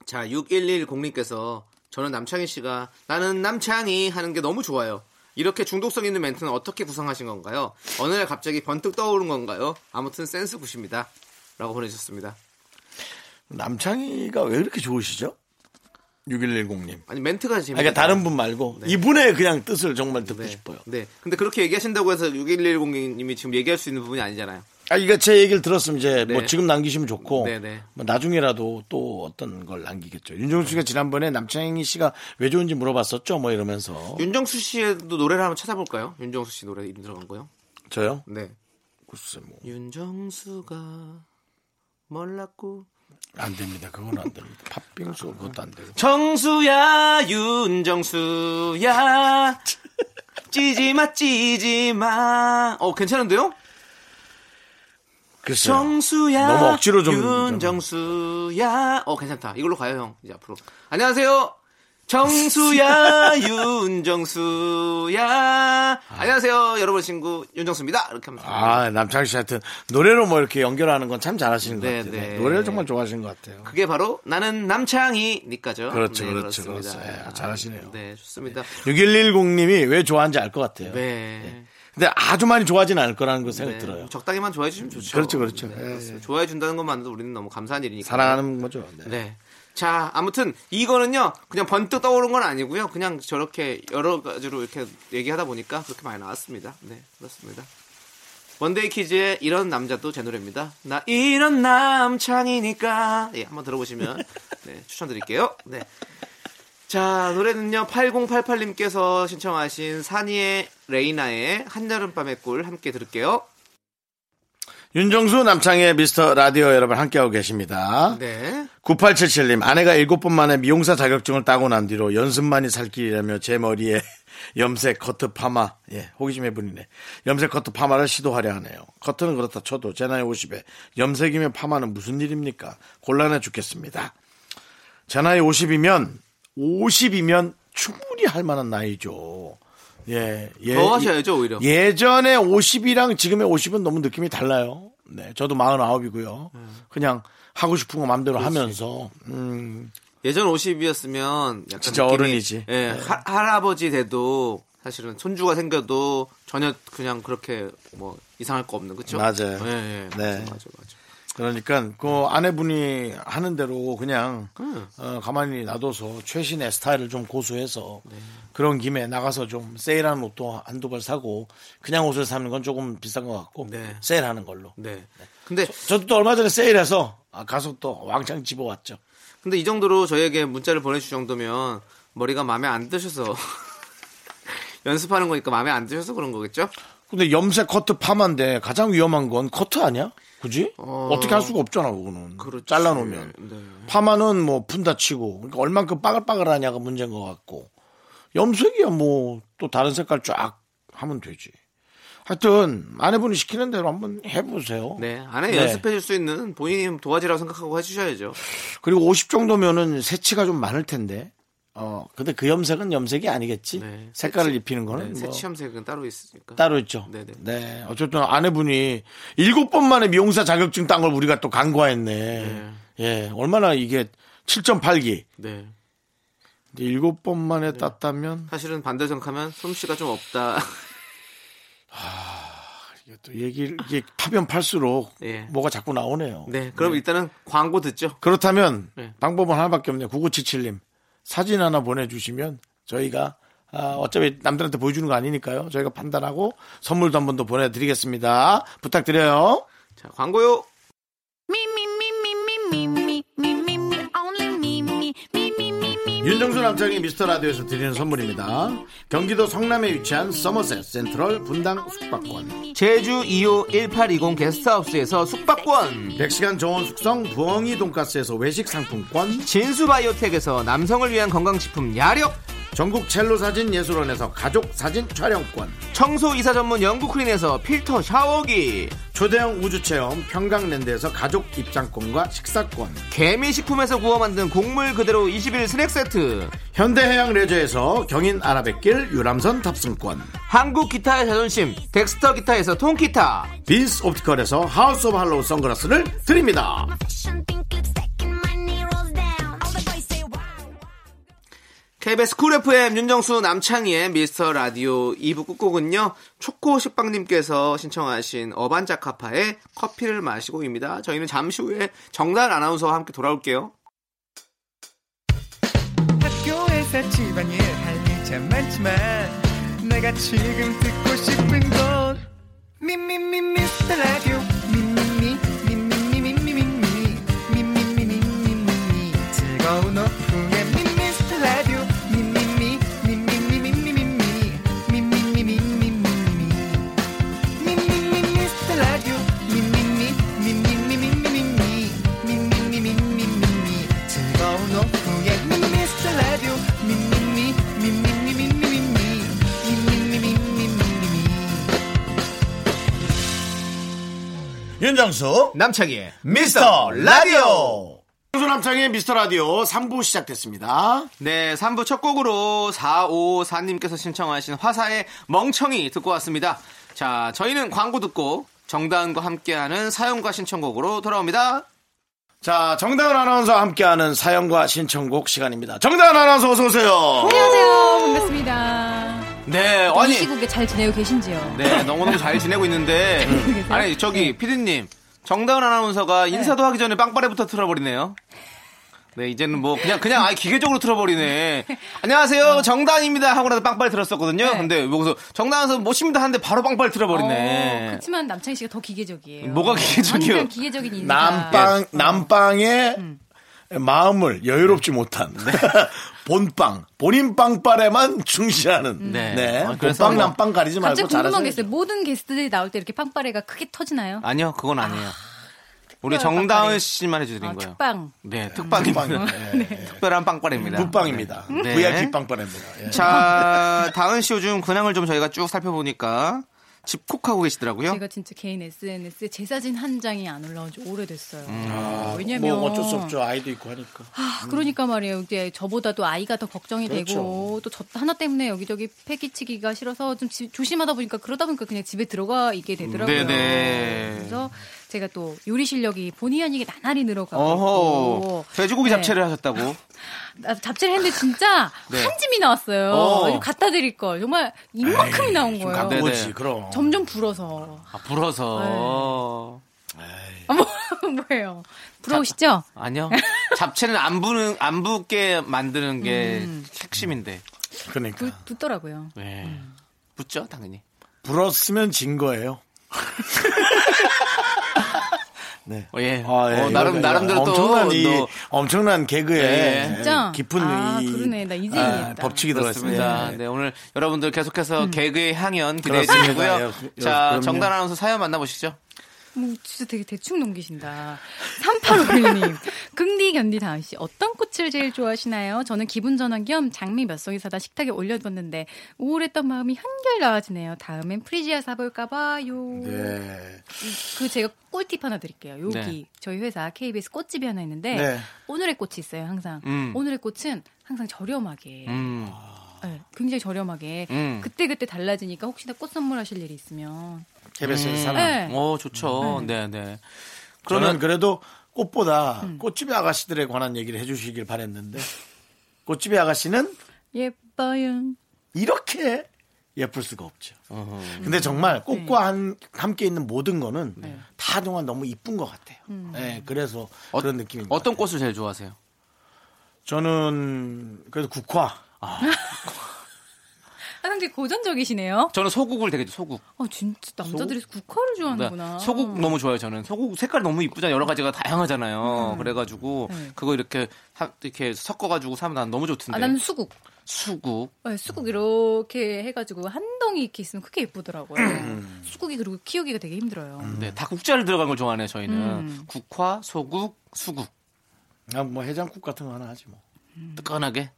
Speaker 2: 자 6110님께서 저는 남창희 씨가 나는 남창희 하는 게 너무 좋아요. 이렇게 중독성 있는 멘트는 어떻게 구성하신 건가요? 어느 날 갑자기 번뜩 떠오른 건가요? 아무튼 센스 굿입니다. 라고 보내주셨습니다.
Speaker 1: 남창희가 왜 이렇게 좋으시죠? 6110님.
Speaker 2: 아니 멘트가
Speaker 1: 아,
Speaker 2: 재밌어요.
Speaker 1: 그러니까 다른 분 말고 이분의 그냥 뜻을 정말 듣고
Speaker 2: 네.
Speaker 1: 싶어요.
Speaker 2: 네. 근데 그렇게 얘기하신다고 해서 6110님이 지금 얘기할 수 있는 부분이 아니잖아요.
Speaker 1: 아, 이거 제 얘기를 들었으면 이제
Speaker 2: 네.
Speaker 1: 뭐 지금 남기시면 좋고
Speaker 2: 네, 네.
Speaker 1: 뭐 나중에라도 또 어떤 걸 남기겠죠. 윤종수 씨가 지난번에 남창희 씨가 왜 좋은지 물어봤었죠. 뭐 이러면서
Speaker 2: 윤정수 씨도 노래를 한번 찾아볼까요? 윤정수 씨 노래 이름 들어간 거요.
Speaker 1: 저요.
Speaker 2: 네.
Speaker 1: 글쎄 뭐 안
Speaker 2: 윤정수가 몰랐고
Speaker 1: 됩니다. 그건 안 됩니다. 팥빙수 그것도 안 되고.
Speaker 2: 정수야 윤정수야 찌지마 찌지마 어
Speaker 1: 네.
Speaker 2: 괜찮은데요?
Speaker 1: 글쎄.
Speaker 2: 정수야
Speaker 1: 너무 억지로 좀-
Speaker 2: 윤정수야 어 괜찮다 이걸로 가요 형 이제 앞으로 안녕하세요
Speaker 1: *laughs*
Speaker 2: 정수야 윤정수야 안녕하세요 여러분 친구 윤정수입니다 이렇게 하면 돼요.
Speaker 1: 아 남창희 씨 하여튼 노래로 뭐 이렇게 연결하는 건 참 잘하시는 것
Speaker 2: 네,
Speaker 1: 같아요.
Speaker 2: 네.
Speaker 1: 노래를 정말 좋아하시는 것 같아요.
Speaker 2: 그게 바로 나는 남창이니까죠
Speaker 1: 그렇죠,
Speaker 2: 네,
Speaker 1: 그렇죠,
Speaker 2: 그렇습니다.
Speaker 1: 그렇죠. 예,
Speaker 2: 아,
Speaker 1: 잘하시네요.
Speaker 2: 네 좋습니다
Speaker 1: 6110님이 왜 좋아하는지 알 것 같아요.
Speaker 2: 네.
Speaker 1: 근데 아주 많이 좋아하진 않을 거라는 그 생각이
Speaker 2: 네,
Speaker 1: 들어요.
Speaker 2: 적당히만 좋아해 주시면 좋죠. 네,
Speaker 1: 그렇죠, 그렇죠. 예,
Speaker 2: 좋아해 준다는 것만으로도 우리는 너무 감사한 일이니까.
Speaker 1: 사랑하는 거죠. 네.
Speaker 2: 네. 자, 아무튼 이거는요. 그냥 번뜩 떠오른 건 아니고요. 그냥 저렇게 여러 가지로 이렇게 얘기하다 보니까 그렇게 많이 나왔습니다. 네, 그렇습니다. 원데이 키즈의 이런 남자도 제 노래입니다. 나 이런 남창이니까. 예, 한번 들어보시면 네, 추천드릴게요. 네. 자, 노래는요. 8088님께서 신청하신 산이의 레이나의 한여름밤의 꿀 함께 들을게요.
Speaker 1: 윤정수 남창의 미스터 라디오 여러분 함께하고 계십니다.
Speaker 2: 네.
Speaker 1: 9877님 아내가 7번 만에 미용사 자격증을 따고 난 뒤로 연습만이 살길이라며 제 머리에 *laughs* 염색 커트 파마 예 호기심의 분이네 염색 커트 파마를 시도하려 하네요 커트는 그렇다 쳐도 제 나이 50에 염색이면 파마는 무슨 일입니까 곤란해 죽겠습니다 제 나이 50이면 50이면 충분히 할 만한 나이죠 예, 예,
Speaker 2: 더 하셔야죠, 오히려.
Speaker 1: 예전에 50이랑 지금의 50은 너무 느낌이 달라요. 네, 저도 49이고요. 그냥 하고 싶은 거 마음대로 하면서 음,
Speaker 2: 예전 50이었으면 약간
Speaker 1: 진짜
Speaker 2: 느낌이,
Speaker 1: 어른이지. 네.
Speaker 2: 예, 하- 할아버지 돼도 사실은 손주가 생겨도 전혀 그냥 그렇게 뭐 이상할 거 없는 그렇죠?
Speaker 1: 맞아요.
Speaker 2: 예, 예.
Speaker 1: 네.
Speaker 2: 맞아, 맞아, 맞아.
Speaker 1: 그러니까 그 아내분이 하는 대로 그냥
Speaker 2: 음.
Speaker 1: 어, 가만히 놔둬서 최신의 스타일을 좀 고수해서 그런 김에 나가서 좀 세일하는 옷도 한두 벌 사고 그냥 옷을 사는 건 조금 비싼 것 같고
Speaker 2: 네.
Speaker 1: 세일하는 걸로.
Speaker 2: 네. 근데
Speaker 1: 저도 또 얼마 전에 세일해서 아, 가서 또 왕창 집어왔죠.
Speaker 2: 근데 이 정도로 저에게 문자를 보내줄 정도면 머리가 마음에 안 드셔서 *laughs* 연습하는 거니까 마음에 안 드셔서 그런 거겠죠?
Speaker 1: 근데 염색 커트 파마인데 가장 위험한 건 커트 아니야? 굳이? 어... 떻게할 수가 없잖아, 그거는.
Speaker 2: 그렇지.
Speaker 1: 잘라놓으면.
Speaker 2: 그렇죠. 네.
Speaker 1: 파마는 뭐 푼다 치고, 그러니까 얼만큼 빠글빠글하냐가 문제인 것 같고, 염색이야 뭐 또 다른 색깔 쫙 하면 되지. 하여튼 아내분이 시키는 대로 한번 해보세요.
Speaker 2: 네, 안에 연습해 줄 수 있는 본인이 도화지라고 생각하고 해주셔야죠.
Speaker 1: 그리고 50 정도면은 새치가 좀 많을 텐데. 어, 근데 그 염색은 염색이 아니겠지.
Speaker 2: 네.
Speaker 1: 색깔을 입히는 거는 뭐
Speaker 2: 네, 새치염색은 따로 있으니까.
Speaker 1: 따로 있죠.
Speaker 2: 네네.
Speaker 1: 네. 어쨌든 아내분이 일곱 번 만에 미용사 자격증 딴 걸 우리가 또 간과했네. 예. 얼마나 이게 7.8기.
Speaker 2: 네.
Speaker 1: 일곱 번 만에 땄다면
Speaker 2: 사실은 반대 생각하면 솜씨가 좀 없다. *laughs*
Speaker 1: 이게 또 얘기를 이게 파면 팔수록
Speaker 2: 예.
Speaker 1: 뭐가 자꾸 나오네요.
Speaker 2: 네, 그럼 일단은 광고 듣죠.
Speaker 1: 그렇다면
Speaker 2: 네.
Speaker 1: 방법은 하나밖에 없네요. 9977님 사진 하나 보내주시면 저희가 아, 어차피 남들한테 보여주는 거 아니니까요. 저희가 판단하고 선물도 한 번 더 보내드리겠습니다. 부탁드려요.
Speaker 2: 자, 광고요.
Speaker 3: Me, me, me, me, me, me, me, me, me, me, only me, me, me, me, me, me.
Speaker 1: 윤정수 남창희 미스터 라디오에서 드리는 선물입니다. 경기도 성남에 위치한 서머셋 센트럴 분당 숙박권.
Speaker 2: 제주 2호 1820 게스트하우스에서 숙박권.
Speaker 1: 100시간 정원 숙성 부엉이 돈가스에서 외식 상품권.
Speaker 2: 진수바이오텍에서 남성을 위한 건강식품 야력.
Speaker 1: 전국 첼로 사진 예술원에서 가족 사진 촬영권.
Speaker 2: 청소이사 전문 영국크린에서 필터 샤워기.
Speaker 1: 초대형 우주체험 평강랜드에서 가족 입장권과 식사권.
Speaker 2: 개미식품에서 구워 만든 곡물 그대로 21 스낵세트.
Speaker 1: 현대해양 레저에서 경인 아라뱃길 유람선 탑승권.
Speaker 2: 한국 기타의 자존심. 덱스터 기타에서 통기타.
Speaker 1: 빈스 옵티컬에서 하우스 오브 할로우 선글라스를 드립니다.
Speaker 3: Fashion pink lipstick and my knee rolls down. All the boys say wow.
Speaker 2: KBS 쿨 FM 윤정수 남창희의 미스터 라디오 2부 끝곡은요. 초코 식빵님께서 신청하신 어반자카파의 커피를 마시고입니다. 저희는 잠시 후에 정단 아나운서와 함께 돌아올게요.
Speaker 6: 학교에서 집안일 할 일 참 많지만 내가 지금 듣고 싶은 건 미미미 미스터 라디오 미
Speaker 7: 윤정수
Speaker 2: 남창희의
Speaker 7: 미스터 라디오
Speaker 1: 소남창의 미스터 라디오 3부 시작됐습니다.
Speaker 2: 네, 3부 첫 곡으로 4554님께서 신청하신 화사의 멍청이 듣고 왔습니다. 자, 저희는 광고 듣고 정다은과 함께하는 사연과 신청곡으로 돌아옵니다.
Speaker 1: 자, 정다은 아나운서와 함께하는 사연과 신청곡 시간입니다. 정다은 아나운서 어서 오세요.
Speaker 8: 안녕하세요. 반갑습니다.
Speaker 2: 네,
Speaker 8: 이
Speaker 2: 아니,
Speaker 8: 시국에 잘 지내고 계신지요?
Speaker 2: 네, 너무너무 잘 지내고
Speaker 8: *laughs*
Speaker 2: 있는데, 아니,
Speaker 8: 네.
Speaker 2: 저기, 피디님, 정다은 아나운서가 인사도 하기 전에 빵빠레부터 틀어버리네요. 네, 이제는 뭐, 그냥, 그냥 아예 기계적으로 틀어버리네. 안녕하세요, 정다은입니다. 하고나서 빵빠레 틀었었거든요.
Speaker 8: 네.
Speaker 2: 근데 여기서 정다은 아나운서 모십니다 하는데 바로 빵빠레 틀어버리네.
Speaker 8: 어, 그렇지만 남창희 씨가 더 기계적이에요.
Speaker 2: 뭐가 기계적이요?
Speaker 8: 완전 기계적인 인사.
Speaker 2: 네.
Speaker 1: 남빵 남빵의
Speaker 8: 음.
Speaker 1: 마음을 여유롭지 못한
Speaker 2: 네.
Speaker 1: *laughs* 본빵 본인 빵빨에만 중시하는
Speaker 2: 네.
Speaker 1: 네,
Speaker 2: 아, 그래서
Speaker 1: 본빵
Speaker 2: 뭐-
Speaker 1: 남빵 가리지 말고
Speaker 8: 음. 갑자기 궁금한
Speaker 1: 잘하세요.
Speaker 8: 게 있어요. 모든 게스트들이 나올 때 이렇게 빵빠레가 크게 터지나요?
Speaker 2: 아니요, 그건 아니에요. 우리
Speaker 8: 특별한
Speaker 2: 정다은
Speaker 8: 빵빠레.
Speaker 2: 씨만 해주드린
Speaker 8: 아,
Speaker 2: 거예요.
Speaker 8: 특빵. 네.
Speaker 2: 네, 특빵입니다. 특별한 빵빠레입니다.
Speaker 1: 국빵입니다.
Speaker 2: 네.
Speaker 1: VIP 빵빨입니다. 예.
Speaker 2: 자, 다은 씨 요즘 근황을 좀 저희가 쭉 살펴보니까 집콕하고 계시더라고요.
Speaker 8: 제가 진짜 개인 SNS에 제 사진 한 장이 안 올라온 지 오래됐어요. 아, 왜냐면
Speaker 1: 뭐 어쩔 수 없죠. 아이도 있고 하니까.
Speaker 8: 아,
Speaker 2: 음.
Speaker 8: 그러니까 말이에요. 이제 저보다도 아이가 더 걱정이
Speaker 2: 그렇죠.
Speaker 8: 되고 또 저 하나 때문에 여기저기 패기치기가 싫어서 좀 지- 조심하다 보니까 그러다 보니까 그냥 집에 들어가 있게 되더라고요.
Speaker 2: 음, 네네.
Speaker 8: 그래서 제가 또 요리 실력이 본의 아니게 나날이 늘어가고
Speaker 2: 어허.
Speaker 8: 있고
Speaker 2: 돼지고기
Speaker 8: 네.
Speaker 2: 잡채를 하셨다고.
Speaker 8: 나 잡채를 했는데 진짜
Speaker 2: *laughs* 네.
Speaker 8: 한 짐이 나왔어요.
Speaker 2: 어.
Speaker 8: 이거 갖다 드릴 걸 정말 이만큼이 나온 거예요.
Speaker 2: 네.
Speaker 1: 뭐지 그럼.
Speaker 8: 점점 불어서
Speaker 2: 아, 불어서.
Speaker 8: 아, *laughs* 뭐, 뭐예요? 부러우시죠?
Speaker 2: 아니요. 잡채는 안 부는 안 붓게 만드는 게 핵심인데.
Speaker 1: 그러니까
Speaker 8: 부, 붙더라고요.
Speaker 2: 네. 붙죠, 당연히.
Speaker 1: 불었으면 진 거예요. 네.
Speaker 2: 어, 예.
Speaker 1: 아, 예.
Speaker 2: 어, 나름
Speaker 1: 이거,
Speaker 2: 나름대로 또
Speaker 1: 엄청난 이
Speaker 2: 또-
Speaker 1: 엄청난 개그에
Speaker 2: 예.
Speaker 8: 진짜?
Speaker 1: 깊은
Speaker 8: 아,
Speaker 1: 이
Speaker 8: 그러네. 나 이제 이해했다.
Speaker 1: 법칙이
Speaker 2: 그렇습니다.
Speaker 1: 들어있습니다.
Speaker 2: 네. 오늘 여러분들 계속해서 개그의 향연 기대해
Speaker 1: 그렇습니다.
Speaker 2: 주시고요.
Speaker 1: 예,
Speaker 2: 자,
Speaker 1: 그럼요.
Speaker 2: 정단 아나운서 사연 만나보시죠.
Speaker 8: 뭐 진짜 되게 대충 넘기신다. 3851님. *laughs* 긍디 견디 다은 씨. 어떤 꽃을 제일 좋아하시나요? 저는 기분 전환 겸 장미 몇 송이 사다 식탁에 올려뒀는데 우울했던 마음이 한결 나아지네요. 다음엔 프리지아 사볼까 봐요.
Speaker 1: 네.
Speaker 8: 그 제가 꿀팁 하나 드릴게요. 여기
Speaker 2: 네.
Speaker 8: 저희 회사 KBS 꽃집이 하나 있는데
Speaker 1: 네.
Speaker 8: 오늘의 꽃이 있어요. 항상.
Speaker 2: 음.
Speaker 8: 오늘의 꽃은 항상 저렴하게
Speaker 2: 음.
Speaker 8: 네, 굉장히 저렴하게
Speaker 2: 음.
Speaker 8: 그때그때 달라지니까 혹시나 꽃 선물하실 일이 있으면
Speaker 1: KBS에서
Speaker 2: 음.
Speaker 1: 사는
Speaker 8: 네.
Speaker 2: 오, 좋죠. 네, 네.
Speaker 1: 그러면
Speaker 2: 그러면
Speaker 1: 그래도 꽃보다
Speaker 8: 음.
Speaker 1: 꽃집의 아가씨들에 관한 얘기를 해주시길 바랬는데 꽃집의 아가씨는
Speaker 8: 예뻐요.
Speaker 1: 이렇게 예쁠 수가 없죠. 근데
Speaker 8: 네.
Speaker 1: 정말 꽃과 한- 함께 있는 모든 거는 다 정말 너무 이쁜 것 같아요.
Speaker 8: 음.
Speaker 1: 네, 그래서
Speaker 2: 어-
Speaker 1: 그런 느낌인 것
Speaker 2: 어떤
Speaker 1: 같아요.
Speaker 2: 꽃을 제일 좋아하세요?
Speaker 1: 저는 그래도 국화.
Speaker 8: 아, 굉장히 고전적이시네요.
Speaker 2: 저는 소국을 되게 좋아- 소국.
Speaker 8: 아, 진짜 남자들이 국화를 좋아하는구나.
Speaker 2: 네. 소국 너무 좋아요. 저는 소국 색깔 너무 이쁘잖아요. 여러 가지가 다양하잖아요. 그래가지고
Speaker 8: 음. 네.
Speaker 2: 그거 이렇게 하- 이렇게 섞어가지고 사면 난 너무 좋던데.
Speaker 8: 아, 나는 수국.
Speaker 2: 수국.
Speaker 8: 네, 수국 이렇게 해가지고 한 덩이 이렇게 있으면 그게 예쁘더라고요.
Speaker 1: 음.
Speaker 8: 수국이 그리고 키우기가 되게 힘들어요.
Speaker 2: 네, 다 국자를 들어간 걸 좋아하네요. 저희는
Speaker 8: 음.
Speaker 2: 국화, 소국, 수국.
Speaker 1: 그냥 뭐 해장국 같은 거 하나 하지 뭐.
Speaker 8: 음.
Speaker 2: 뜨끈하게.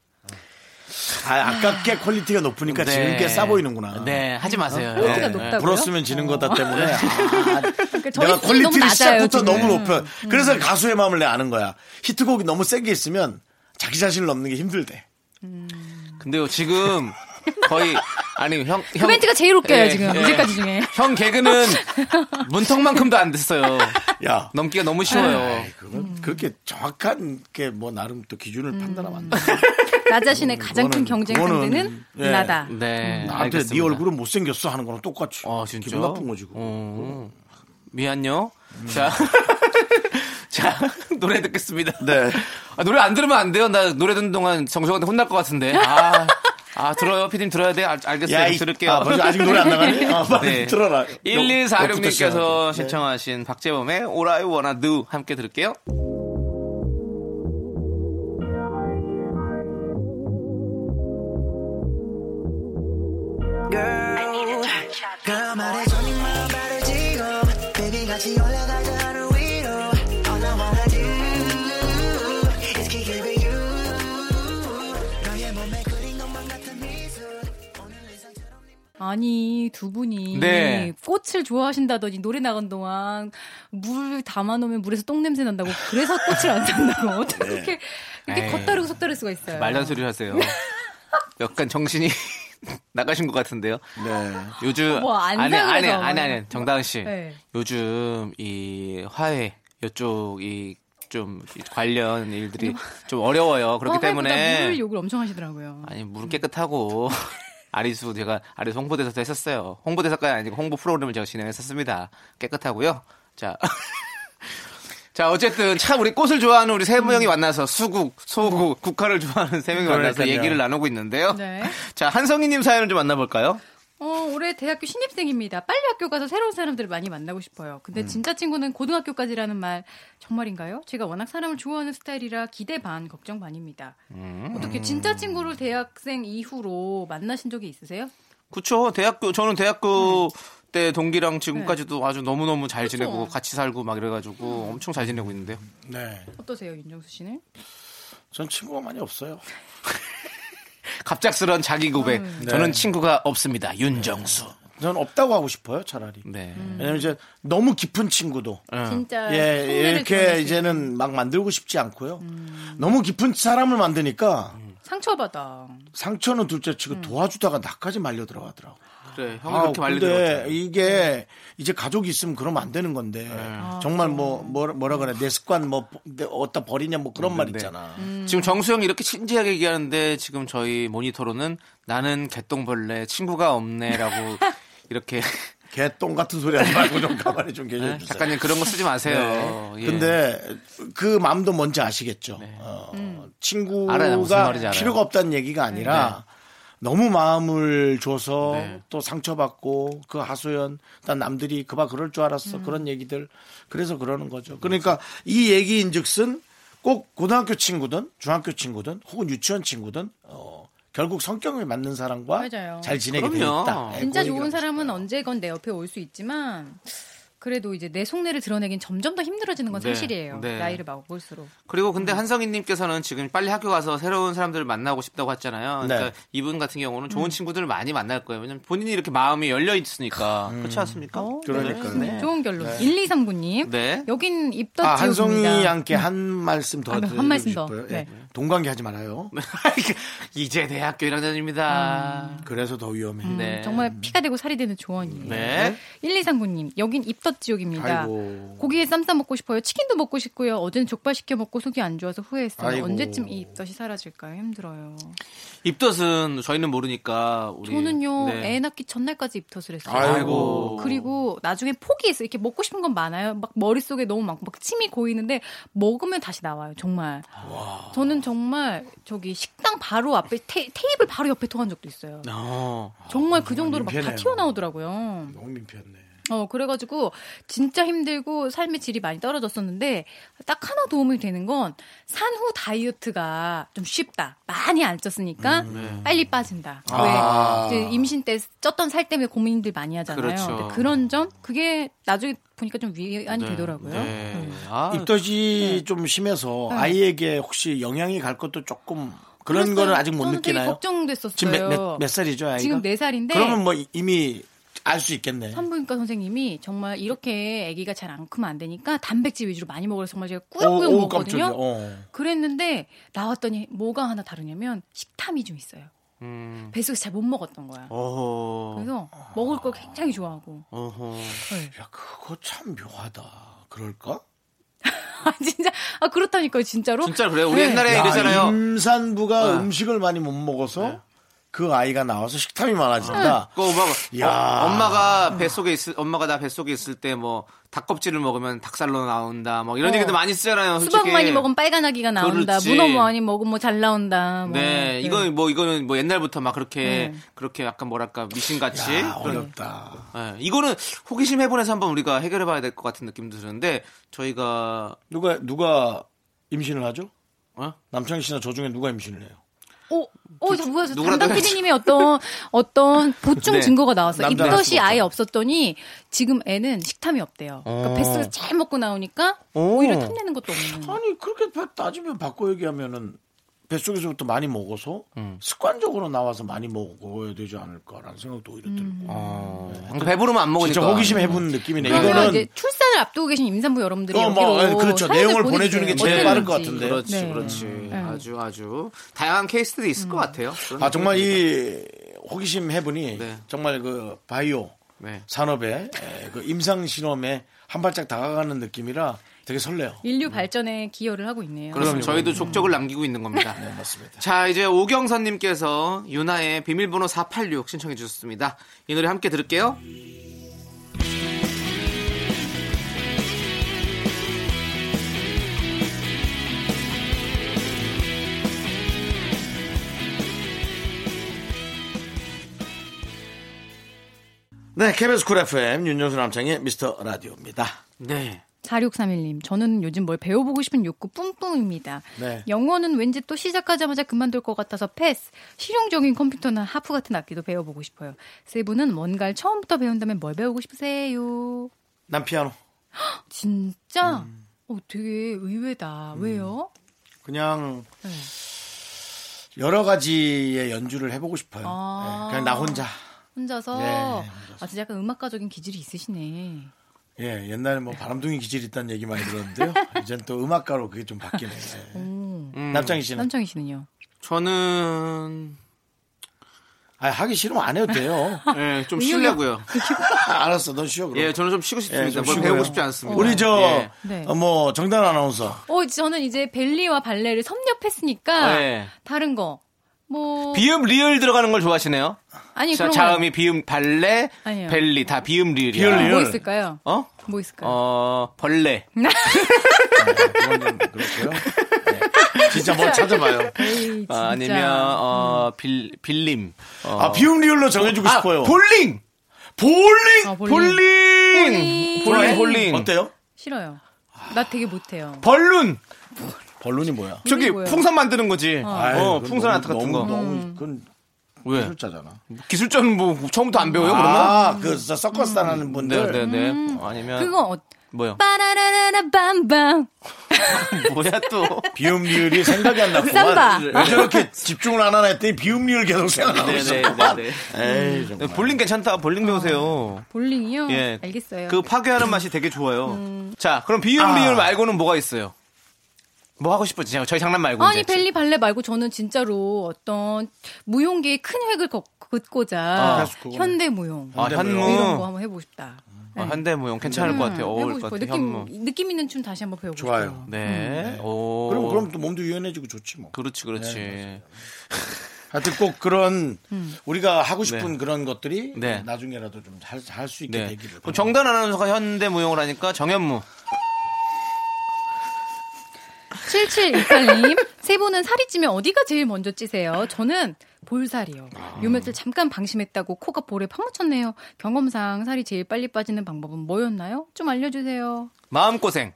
Speaker 1: 아, 아깝게 퀄리티가 높으니까 그러니까
Speaker 2: 네.
Speaker 1: 지금 게 싸 보이는구나.
Speaker 2: 네, 하지 마세요.
Speaker 8: 퀄리티가
Speaker 2: 네.
Speaker 8: 어, 높다고요?
Speaker 1: 불었으면 지는 거다
Speaker 2: *laughs*
Speaker 1: 때문에 아,
Speaker 8: 그러니까 저희
Speaker 1: 내가
Speaker 8: 수준이
Speaker 1: 퀄리티를
Speaker 8: 너무 낮아요,
Speaker 1: 시작부터
Speaker 8: 지금.
Speaker 1: 너무 높여.
Speaker 2: 네.
Speaker 1: 그래서 가수의 마음을 내 아는 거야. 히트곡이 너무 센 게 있으면 자기 자신을 넘는 게 힘들대.
Speaker 2: 근데요, 지금 거의 아니
Speaker 8: *laughs*
Speaker 2: 형,
Speaker 8: 그
Speaker 2: 형
Speaker 8: 멘트가 제일 웃겨요,
Speaker 2: 예,
Speaker 8: 지금.
Speaker 2: 예.
Speaker 8: 이제까지 중에.
Speaker 2: 형 개그는 문턱만큼도 안 됐어요.
Speaker 1: 야.
Speaker 2: 넘기가 너무 쉬워요.
Speaker 1: 에이, 그건
Speaker 2: 음.
Speaker 1: 그렇게 정확한 게 뭐 나름 또 기준을 판단하면 안 돼.
Speaker 8: 나 자신의 가장 큰
Speaker 1: 음, 그거는-
Speaker 8: 경쟁
Speaker 1: 그거는-
Speaker 8: 상대는
Speaker 1: 예.
Speaker 8: 나다.
Speaker 2: 네.
Speaker 1: 나한테
Speaker 2: 알겠습니다.
Speaker 1: 네 얼굴은 못생겼어 하는 거랑 똑같이.
Speaker 2: 아, 진짜?
Speaker 1: 기분 나쁜 거지. 음. 그거.
Speaker 2: 어. 미안요. 자. *laughs* 자, 노래 듣겠습니다.
Speaker 1: 네.
Speaker 2: 아, 노래 안 들으면 안 돼요. 나 노래 듣는 동안 정수한테 혼날 것 같은데. 아, 아 들어요. 피디님 들어야 돼. 알, 알겠어요.
Speaker 1: 야, 이-
Speaker 2: 네, 들을게요.
Speaker 1: 아,
Speaker 2: *laughs*
Speaker 1: 벌써 아직 노래 안 나가니? 아, 빨리
Speaker 2: 네.
Speaker 1: 들어라. 어,
Speaker 2: 1146님께서 신청하신 박재범의 All I Wanna Do 함께 들을게요.
Speaker 8: 아니 두 분이
Speaker 2: 네.
Speaker 8: 꽃을 좋아하신다더니 노래 나간 동안 물 담아놓으면 물에서 똥 냄새 난다고 그래서 꽃을 안 산다고 *laughs* 어떻게
Speaker 1: 예.
Speaker 8: 그렇게 이렇게
Speaker 2: 에이.
Speaker 8: 겉다르고 속다를 수가 있어요.
Speaker 2: 말란 소리를 하세요. 약간 정신이 *laughs* 나가신 것 같은데요.
Speaker 1: 네.
Speaker 2: 요즘
Speaker 8: 뭐, 안
Speaker 2: 아니
Speaker 8: 사그래서
Speaker 2: 아니
Speaker 8: 막.
Speaker 2: 아니 아니 정다은 씨
Speaker 8: 네.
Speaker 2: 요즘 이 화해 이쪽 이 좀 관련 일들이 좀 어려워요. 그렇기
Speaker 8: 뭐 화보다
Speaker 2: 때문에
Speaker 8: 물 욕을 엄청 하시더라고요.
Speaker 2: 아니 물은 깨끗하고 *laughs* 아리수 제가 아리수 홍보대사도 했었어요. 홍보대사까지 아니고 홍보 프로그램을 제가 진행했었습니다. 깨끗하고요. 자. *laughs* 자 어쨌든 참 우리 꽃을 좋아하는 우리 세
Speaker 1: 음.
Speaker 2: 명이 만나서 수국, 소국, 국화를 좋아하는 세 명이 만나서
Speaker 1: 그러니까요.
Speaker 2: 얘기를 나누고 있는데요.
Speaker 8: 네.
Speaker 2: 자 한성희님 사연을 좀 만나볼까요?
Speaker 8: *laughs* 어, 올해 대학교 신입생입니다. 빨리 학교 가서 새로운 사람들을 많이 만나고 싶어요.
Speaker 1: 음.
Speaker 8: 근데 진짜 친구는 고등학교까지라는 말 정말인가요? 제가 워낙 사람을 좋아하는 스타일이라 기대 반, 걱정 반입니다.
Speaker 1: 음.
Speaker 8: 어떻게 진짜 친구를 대학생 이후로 만나신 적이 있으세요?
Speaker 2: 그쵸. 대학교, 저는
Speaker 1: 음.
Speaker 2: 대학교 때 동기랑 지금까지도
Speaker 1: 네.
Speaker 2: 아주 너무너무 잘
Speaker 8: 그쵸.
Speaker 2: 지내고 같이 살고 막
Speaker 1: 음.
Speaker 2: 이래가지고 엄청 잘 지내고 있는데요.
Speaker 1: 네.
Speaker 8: 어떠세요, 윤정수 씨는?
Speaker 1: 전 친구가 많이 없어요.
Speaker 2: 갑작스런 자기 고백.
Speaker 1: 네.
Speaker 2: 저는 친구가 없습니다. 윤정수.
Speaker 1: 전 없다고 하고 싶어요, 차라리.
Speaker 2: 네.
Speaker 1: 왜냐면 이제 너무 깊은 친구도
Speaker 8: 진짜
Speaker 1: 아, 예,
Speaker 8: 속내를
Speaker 1: 이렇게
Speaker 8: 드러낼 수
Speaker 1: 이제는 막 만들고 싶지 않고요. 너무 깊은 사람을 만드니까
Speaker 8: 있는 상처받아.
Speaker 1: 상처는 둘째 치고 도와주다가 나까지 말려 들어가더라고.
Speaker 2: 그래. 형이
Speaker 1: 아, 근데
Speaker 2: 그렇게 말리더라고요.
Speaker 1: 이게 이제 가족이 있으면 그러면 안 되는 건데
Speaker 2: 네.
Speaker 1: 정말 뭐 뭐라, 뭐라 그래 내 습관 뭐 내- 어디다 버리냐 뭐 그런 말
Speaker 2: 네.
Speaker 1: 있잖아.
Speaker 2: 지금 정수 형이 이렇게 진지하게 얘기하는데 지금 저희 모니터로는 나는 개똥벌레
Speaker 1: *laughs*
Speaker 2: 친구가 없네라고 이렇게
Speaker 1: 개똥 같은 소리 하지 말고 좀 가만히 좀 계셔 주세요.
Speaker 2: 작가님 그런 거 쓰지 마세요.
Speaker 1: 네.
Speaker 2: 예. 네.
Speaker 1: 근데 그 마음도 뭔지 아시겠죠. 어,
Speaker 8: 음.
Speaker 1: 친구가
Speaker 2: 알아요. 무슨 말인지 알아요.
Speaker 1: 필요가 없다는 얘기가 아니라 너무 마음을 줘서
Speaker 2: 네.
Speaker 1: 또 상처받고 그 하소연, 난 남들이 그봐 그럴 줄 알았어
Speaker 8: 음.
Speaker 1: 그런 얘기들 그래서 그러는 거죠. 그러니까 이 얘기인즉슨 꼭 고등학교 친구든 중학교 친구든 혹은 유치원 친구든 어, 결국 성격을 맞는 사람과
Speaker 8: 맞아요.
Speaker 1: 잘 지내게 돼
Speaker 2: 그럼요.
Speaker 1: 있다. 예,
Speaker 8: 진짜
Speaker 1: 그 얘기를
Speaker 8: 좋은
Speaker 1: 하고
Speaker 8: 사람은 언제건 내 옆에 올 수 있지만 그래도 이제 내 속내를 드러내긴 점점 더 힘들어지는 건
Speaker 2: 네,
Speaker 8: 사실이에요.
Speaker 2: 네.
Speaker 8: 나이를 먹을수록.
Speaker 2: 그리고 근데 한성희님께서는 지금 빨리 학교 가서 새로운 사람들을 만나고 싶다고 했잖아요. 그러니까
Speaker 1: 네.
Speaker 2: 이분 같은 경우는 좋은 친구들을 많이 만날 거예요. 왜냐면 본인이 이렇게 마음이 열려 있으니까
Speaker 1: 음.
Speaker 2: 그렇지 않습니까?
Speaker 1: 그러니까요.
Speaker 2: 네.
Speaker 8: 좋은 결론. 1, 2, 3구님.
Speaker 2: 네.
Speaker 8: 여긴 음,
Speaker 1: 아,
Speaker 8: 입덧
Speaker 1: 한송이
Speaker 8: 지옥입니다. 네.
Speaker 1: 양께 한 말씀 더
Speaker 8: 아, 네,
Speaker 1: 드리고
Speaker 8: 한 말씀 더.
Speaker 1: 싶어요.
Speaker 8: 네.
Speaker 1: 예, 동관계 하지 말아요.
Speaker 2: *laughs* 이제 대학교 1학년입니다.
Speaker 1: 그래서 더 위험해.
Speaker 8: 음,
Speaker 2: 네.
Speaker 8: 정말 피가 되고 살이 되는 조언이에요.
Speaker 2: 네.
Speaker 8: 1, 2, 3구님. 여긴 입덧 지옥입니다.
Speaker 1: 아이고.
Speaker 8: 고기에 쌈싸 먹고 싶어요. 치킨도 먹고 싶고요. 어제는 족발 시켜 먹고 속이 안 좋아서 후회했어요.
Speaker 1: 아이고.
Speaker 8: 언제쯤 이 입덧이 사라질까요? 힘들어요.
Speaker 2: 입덧은 저희는 모르니까 우리
Speaker 8: 저는요.
Speaker 2: 네.
Speaker 8: 애 낳기 전날까지 입덧을 했어요.
Speaker 1: 아이고.
Speaker 8: 그리고 나중에 포기했어요. 이렇게 먹고 싶은 건 많아요. 막 머릿속에 너무 많고 막 침이 고이는데 먹으면 다시 나와요. 정말. 저는 정말 저기 식당 바로 앞에 테, 이블 바로 옆에 토한 적도 있어요.
Speaker 2: 어.
Speaker 8: 정말 그 정도로 막 다
Speaker 1: 아, 민폐네요.
Speaker 8: 튀어나오더라고요.
Speaker 1: 너무 민폐였네.
Speaker 8: 어 그래가지고 진짜 힘들고 삶의 질이 많이 떨어졌었는데 딱 하나 도움이 되는 건 산후 다이어트가 좀 쉽다. 많이 안 쪘으니까 빨리 빠진다.
Speaker 1: 음, 네. 아.
Speaker 8: 왜 이제 임신 때 쪘던 살 때문에 고민들 많이 하잖아요.
Speaker 2: 그렇죠.
Speaker 8: 근데 그런 점 그게 나중에 보니까 좀 위안이 되더라고요. 음.
Speaker 2: 네. 아,
Speaker 1: 입덧이
Speaker 8: 네.
Speaker 1: 좀 심해서 아이에게 혹시 영향이 갈 것도 조금 그런
Speaker 8: 그랬어요.
Speaker 1: 거는 아직 못
Speaker 8: 저는 되게
Speaker 1: 느끼나요?
Speaker 8: 걱정됐었어요.
Speaker 1: 지금 몇, 몇, 몇 살이죠, 아이가?
Speaker 8: 지금 네 살인데
Speaker 1: 그러면 뭐 이미 알 수 있겠네.
Speaker 8: 산부인과 선생님이 정말 이렇게 아기가 잘 안 크면 안 되니까 단백질 위주로 많이 먹으라 정말 제가
Speaker 1: 오,
Speaker 8: 꾸역꾸역
Speaker 2: 어,
Speaker 1: 오,
Speaker 8: 먹거든요.
Speaker 1: 깜짝이야. 어.
Speaker 8: 그랬는데 나왔더니 뭐가 하나 다르냐면 식탐이 좀 있어요.
Speaker 2: 음.
Speaker 8: 뱃속에서 잘 못 먹었던 거야.
Speaker 2: 어허. 아.
Speaker 8: 그래서 먹을 걸 굉장히 좋아하고. *laughs*
Speaker 2: 어허.
Speaker 1: 야, 그거 참 묘하다. 그럴까?
Speaker 8: 아 진짜 아 그렇다니까요 진짜로.
Speaker 2: 진짜 그래요. 우리
Speaker 8: 네.
Speaker 2: 옛날에
Speaker 1: 야,
Speaker 2: 이랬잖아요.
Speaker 1: 임산부가
Speaker 2: 네.
Speaker 1: 음식을 많이 못 먹어서 그 아이가 나와서 식탐이 많아진다.
Speaker 2: 그 엄마가
Speaker 1: 야.
Speaker 2: 어, 엄마가 뱃속에 있을 엄마가 나 뱃속에 있을 때 뭐 닭껍질을 먹으면 닭살로 나온다. 막 이런
Speaker 8: 어.
Speaker 2: 얘기도 많이 쓰잖아요. 솔직히.
Speaker 8: 수박 많이 먹으면 빨간 아기가 나온다.
Speaker 2: 그렇지.
Speaker 8: 문어 많이 먹으면 뭐 잘 나온다. 뭐.
Speaker 2: 네, 이거 뭐 이거는 뭐 옛날부터 막 그렇게
Speaker 8: 네.
Speaker 2: 그렇게 약간 뭐랄까 미신같이
Speaker 1: 야,
Speaker 2: 아, 그런-
Speaker 1: 아, 어렵다.
Speaker 2: 네, 이거는 호기심 해본에서 한번 우리가 해결해봐야 될 것 같은 느낌도 드는데 저희가
Speaker 1: 누가 누가 임신을 하죠?
Speaker 2: 어?
Speaker 1: 남창희 씨나 저 중에 누가 임신을 해요?
Speaker 8: 오, 오, 어, 저 뭐야, 저
Speaker 2: 누구라도
Speaker 8: 담당
Speaker 2: 해야지.
Speaker 8: PD님의 어떤, 어떤 보충
Speaker 2: 네.
Speaker 8: 증거가 나왔어요.
Speaker 1: 남자는 할
Speaker 8: 입덧이
Speaker 1: 수가
Speaker 8: 아예 없었더니 지금 애는 식탐이 없대요.
Speaker 1: 어.
Speaker 8: 그러니까 뱃속에서 잘 먹고 나오니까
Speaker 2: 오.
Speaker 8: 오히려 탐내는 것도 없는.
Speaker 1: 아니 그렇게 바- 따지면 바꿔 얘기하면은 뱃속에서부터 많이 먹어서
Speaker 2: 음.
Speaker 1: 습관적으로 나와서 많이 먹어야 되지 않을까라는 생각도 오히려 들고
Speaker 2: 음. 그러니까 배부르면 안
Speaker 1: 어.
Speaker 2: 먹으니까.
Speaker 1: 진짜 호기심 해본 느낌이네
Speaker 8: 그러면
Speaker 1: 이거는
Speaker 8: 이제 출산을 앞두고 계신 임산부 여러분들이
Speaker 1: 어, 뭐,
Speaker 8: 여기로
Speaker 1: 예, 그렇죠.
Speaker 8: 사연을
Speaker 1: 내용을
Speaker 8: 보내주세요.
Speaker 1: 보내주는 게 제일 빠를 것
Speaker 8: 어땠는지.
Speaker 1: 같은데.
Speaker 2: 그렇지,
Speaker 8: 네. 음.
Speaker 2: 그렇지. 아주 아주 다양한 케이스들이 있을 것 같아요.
Speaker 1: 아 정말 이 호기심 해보니
Speaker 2: 네.
Speaker 1: 정말 그 바이오
Speaker 2: 네.
Speaker 1: 산업에 에, 그 임상 실험에 한 발짝 다가가는 느낌이라 되게 설레요.
Speaker 8: 인류 발전에 기여를 하고 있네요.
Speaker 2: 그렇습니다. 저희도 족적을 남기고 있는 겁니다.
Speaker 1: 맞습니다.
Speaker 2: 자, 이제 오경선님께서 유나의 비밀번호 486 신청해 주셨습니다. 이 노래 함께 들을게요.
Speaker 1: 네, KBS 쿨 FM 윤정수 남창의 미스터 라디오입니다.
Speaker 2: 네.
Speaker 8: 4631님, 저는 요즘 뭘 배워보고 싶은 욕구 뿜뿜입니다.
Speaker 1: 네.
Speaker 8: 영어는 왠지 또 시작하자마자 그만둘 것 같아서 패스. 실용적인 컴퓨터나 하프 같은 악기도 배워보고 싶어요. 세부는 뭔가를 처음부터 배운다면 뭘 배우고 싶으세요?
Speaker 1: 난 피아노.
Speaker 8: 진짜? 어, 되게 의외다. 왜요?
Speaker 1: 그냥
Speaker 8: 네.
Speaker 1: 여러 가지의 연주를 해보고 싶어요.
Speaker 8: 아.
Speaker 1: 네, 그냥 나 혼자.
Speaker 8: 혼자서?
Speaker 1: 네, 혼자서.
Speaker 8: 아, 진짜 약간 음악가적인 기질이 있으시네.
Speaker 1: 예, 옛날에 뭐 바람둥이 기질이 있다는 얘기 많이 *laughs* 들었는데요. 이젠 또 음악가로 그게 좀 바뀌네. 예. 남창희 씨는?
Speaker 8: 남창희 씨는요?
Speaker 2: 저는
Speaker 1: 아, 하기 싫으면 안 해도 돼요.
Speaker 2: 예,
Speaker 8: *laughs*
Speaker 2: 좀 쉬려고요.
Speaker 1: *laughs* 알았어, 넌 쉬어, 그럼.
Speaker 2: 예, 저는 좀 쉬고 싶습니다.
Speaker 1: 좀
Speaker 2: 뭘
Speaker 1: 쉬고요.
Speaker 2: 배우고 싶지 않습니다.
Speaker 1: 우리 저,
Speaker 2: 예.
Speaker 8: 네.
Speaker 1: 어, 뭐, 정단 아나운서.
Speaker 8: 어, 저는 이제 벨리와 발레를 섭렵했으니까
Speaker 2: 네.
Speaker 8: 다른 거. 뭐
Speaker 2: 비음 리을 들어가는 걸 좋아하시네요.
Speaker 8: 아니
Speaker 2: 자,
Speaker 8: 그런
Speaker 2: 자음이 비음 발레,
Speaker 8: 아니에요.
Speaker 2: 벨리 다 비음 리을이야.
Speaker 1: 비음 리을.
Speaker 8: 뭐 있을까요?
Speaker 2: 어?
Speaker 8: 뭐 있을까요?
Speaker 2: 어, 벌레.
Speaker 1: 그건 좀 그렇고요. 예. 진짜 뭐 찾아봐요.
Speaker 8: 에이,
Speaker 2: 어, 아니면 어,
Speaker 8: 음.
Speaker 2: 빌 빌림. 어.
Speaker 1: 아, 비움 리얼로 정해주고
Speaker 2: 아,
Speaker 1: 싶어요.
Speaker 2: 볼링.
Speaker 1: 볼링!
Speaker 8: 아, 볼링.
Speaker 2: 볼링.
Speaker 8: 볼링. 네.
Speaker 2: 볼링. 볼링.
Speaker 1: 어때요?
Speaker 8: 싫어요. 나 되게 못해요.
Speaker 2: 벌룬.
Speaker 1: 벌룬이 뭐야?
Speaker 2: 저기
Speaker 8: 뭐예요?
Speaker 2: 풍선 만드는 거지.
Speaker 1: 아유,
Speaker 2: 어,
Speaker 1: 그건
Speaker 2: 풍선 아트
Speaker 1: 너무,
Speaker 2: 같은 거.
Speaker 1: 너무, 너무, 그건
Speaker 2: 왜?
Speaker 1: 기술자잖아.
Speaker 2: 기술자는 뭐 처음부터 안 배워요, 그러면?
Speaker 1: 아, 그 진짜 서커스 다니는
Speaker 2: 네,
Speaker 1: 분들.
Speaker 2: 네, 네. 어, 아니면
Speaker 8: 그거 어,
Speaker 2: 뭐요?
Speaker 8: 빠라라라라 빰빰
Speaker 2: *laughs* 뭐야 또?
Speaker 1: 비움 리얼이 생각이 안
Speaker 2: 아,
Speaker 8: 그
Speaker 1: 났구만.
Speaker 8: 삼바.
Speaker 1: 왜 저렇게 집중을 안 하나 했더니 비움 리얼 계속 생각나고
Speaker 2: 네,
Speaker 1: 있어.
Speaker 2: 네, 네, 네.
Speaker 1: 아. 에이, 정말.
Speaker 2: 볼링 괜찮다. 볼링 배우세요.
Speaker 8: 볼링이요?
Speaker 2: 예.
Speaker 8: 알겠어요.
Speaker 2: 그 파괴하는 맛이 되게 좋아요. 자, 그럼 비율
Speaker 1: 아.
Speaker 2: 리율 말고는 뭐가 있어요? 뭐 하고 싶었지? 저희 장난 말고
Speaker 8: 아니
Speaker 2: 이제.
Speaker 8: 벨리 발레 말고 저는 진짜로 어떤 무용계의 큰 획을 걷- 걷고자 현대 무용
Speaker 2: 아,
Speaker 8: 뭐 이런 거
Speaker 2: 현무.
Speaker 8: 한번 해보고 싶다.
Speaker 2: 아, 현대무용 괜찮을 것 같아요.
Speaker 8: 음,
Speaker 2: 어울릴 것
Speaker 8: 해보고 싶어요.
Speaker 2: 같아요.
Speaker 8: 느낌
Speaker 2: 현무.
Speaker 8: 느낌 있는 춤 다시 한번 배워보고
Speaker 1: 좋아요.
Speaker 8: 싶어요.
Speaker 2: 네.
Speaker 1: 음.
Speaker 2: 오.
Speaker 1: 그럼, 그럼 또 몸도 유연해지고 좋지 뭐.
Speaker 2: 그렇지, 그렇지. 네.
Speaker 1: 하여튼 꼭 그런 우리가 하고 싶은 그런 것들이
Speaker 2: 네.
Speaker 1: 나중에라도 좀 할 수 있게
Speaker 2: 네.
Speaker 1: 되기를.
Speaker 2: 그럼 정단 아나운서가 현대무용을 하니까 정현무.
Speaker 8: 7728님, 세 분은 살이 찌면 어디가 제일 먼저 찌세요? 저는 볼살이요.
Speaker 2: 아.
Speaker 8: 요 며칠 잠깐 방심했다고 코가 볼에 파묻혔네요. 경험상 살이 제일 빨리 빠지는 방법은 뭐였나요? 좀 알려주세요.
Speaker 2: 마음고생.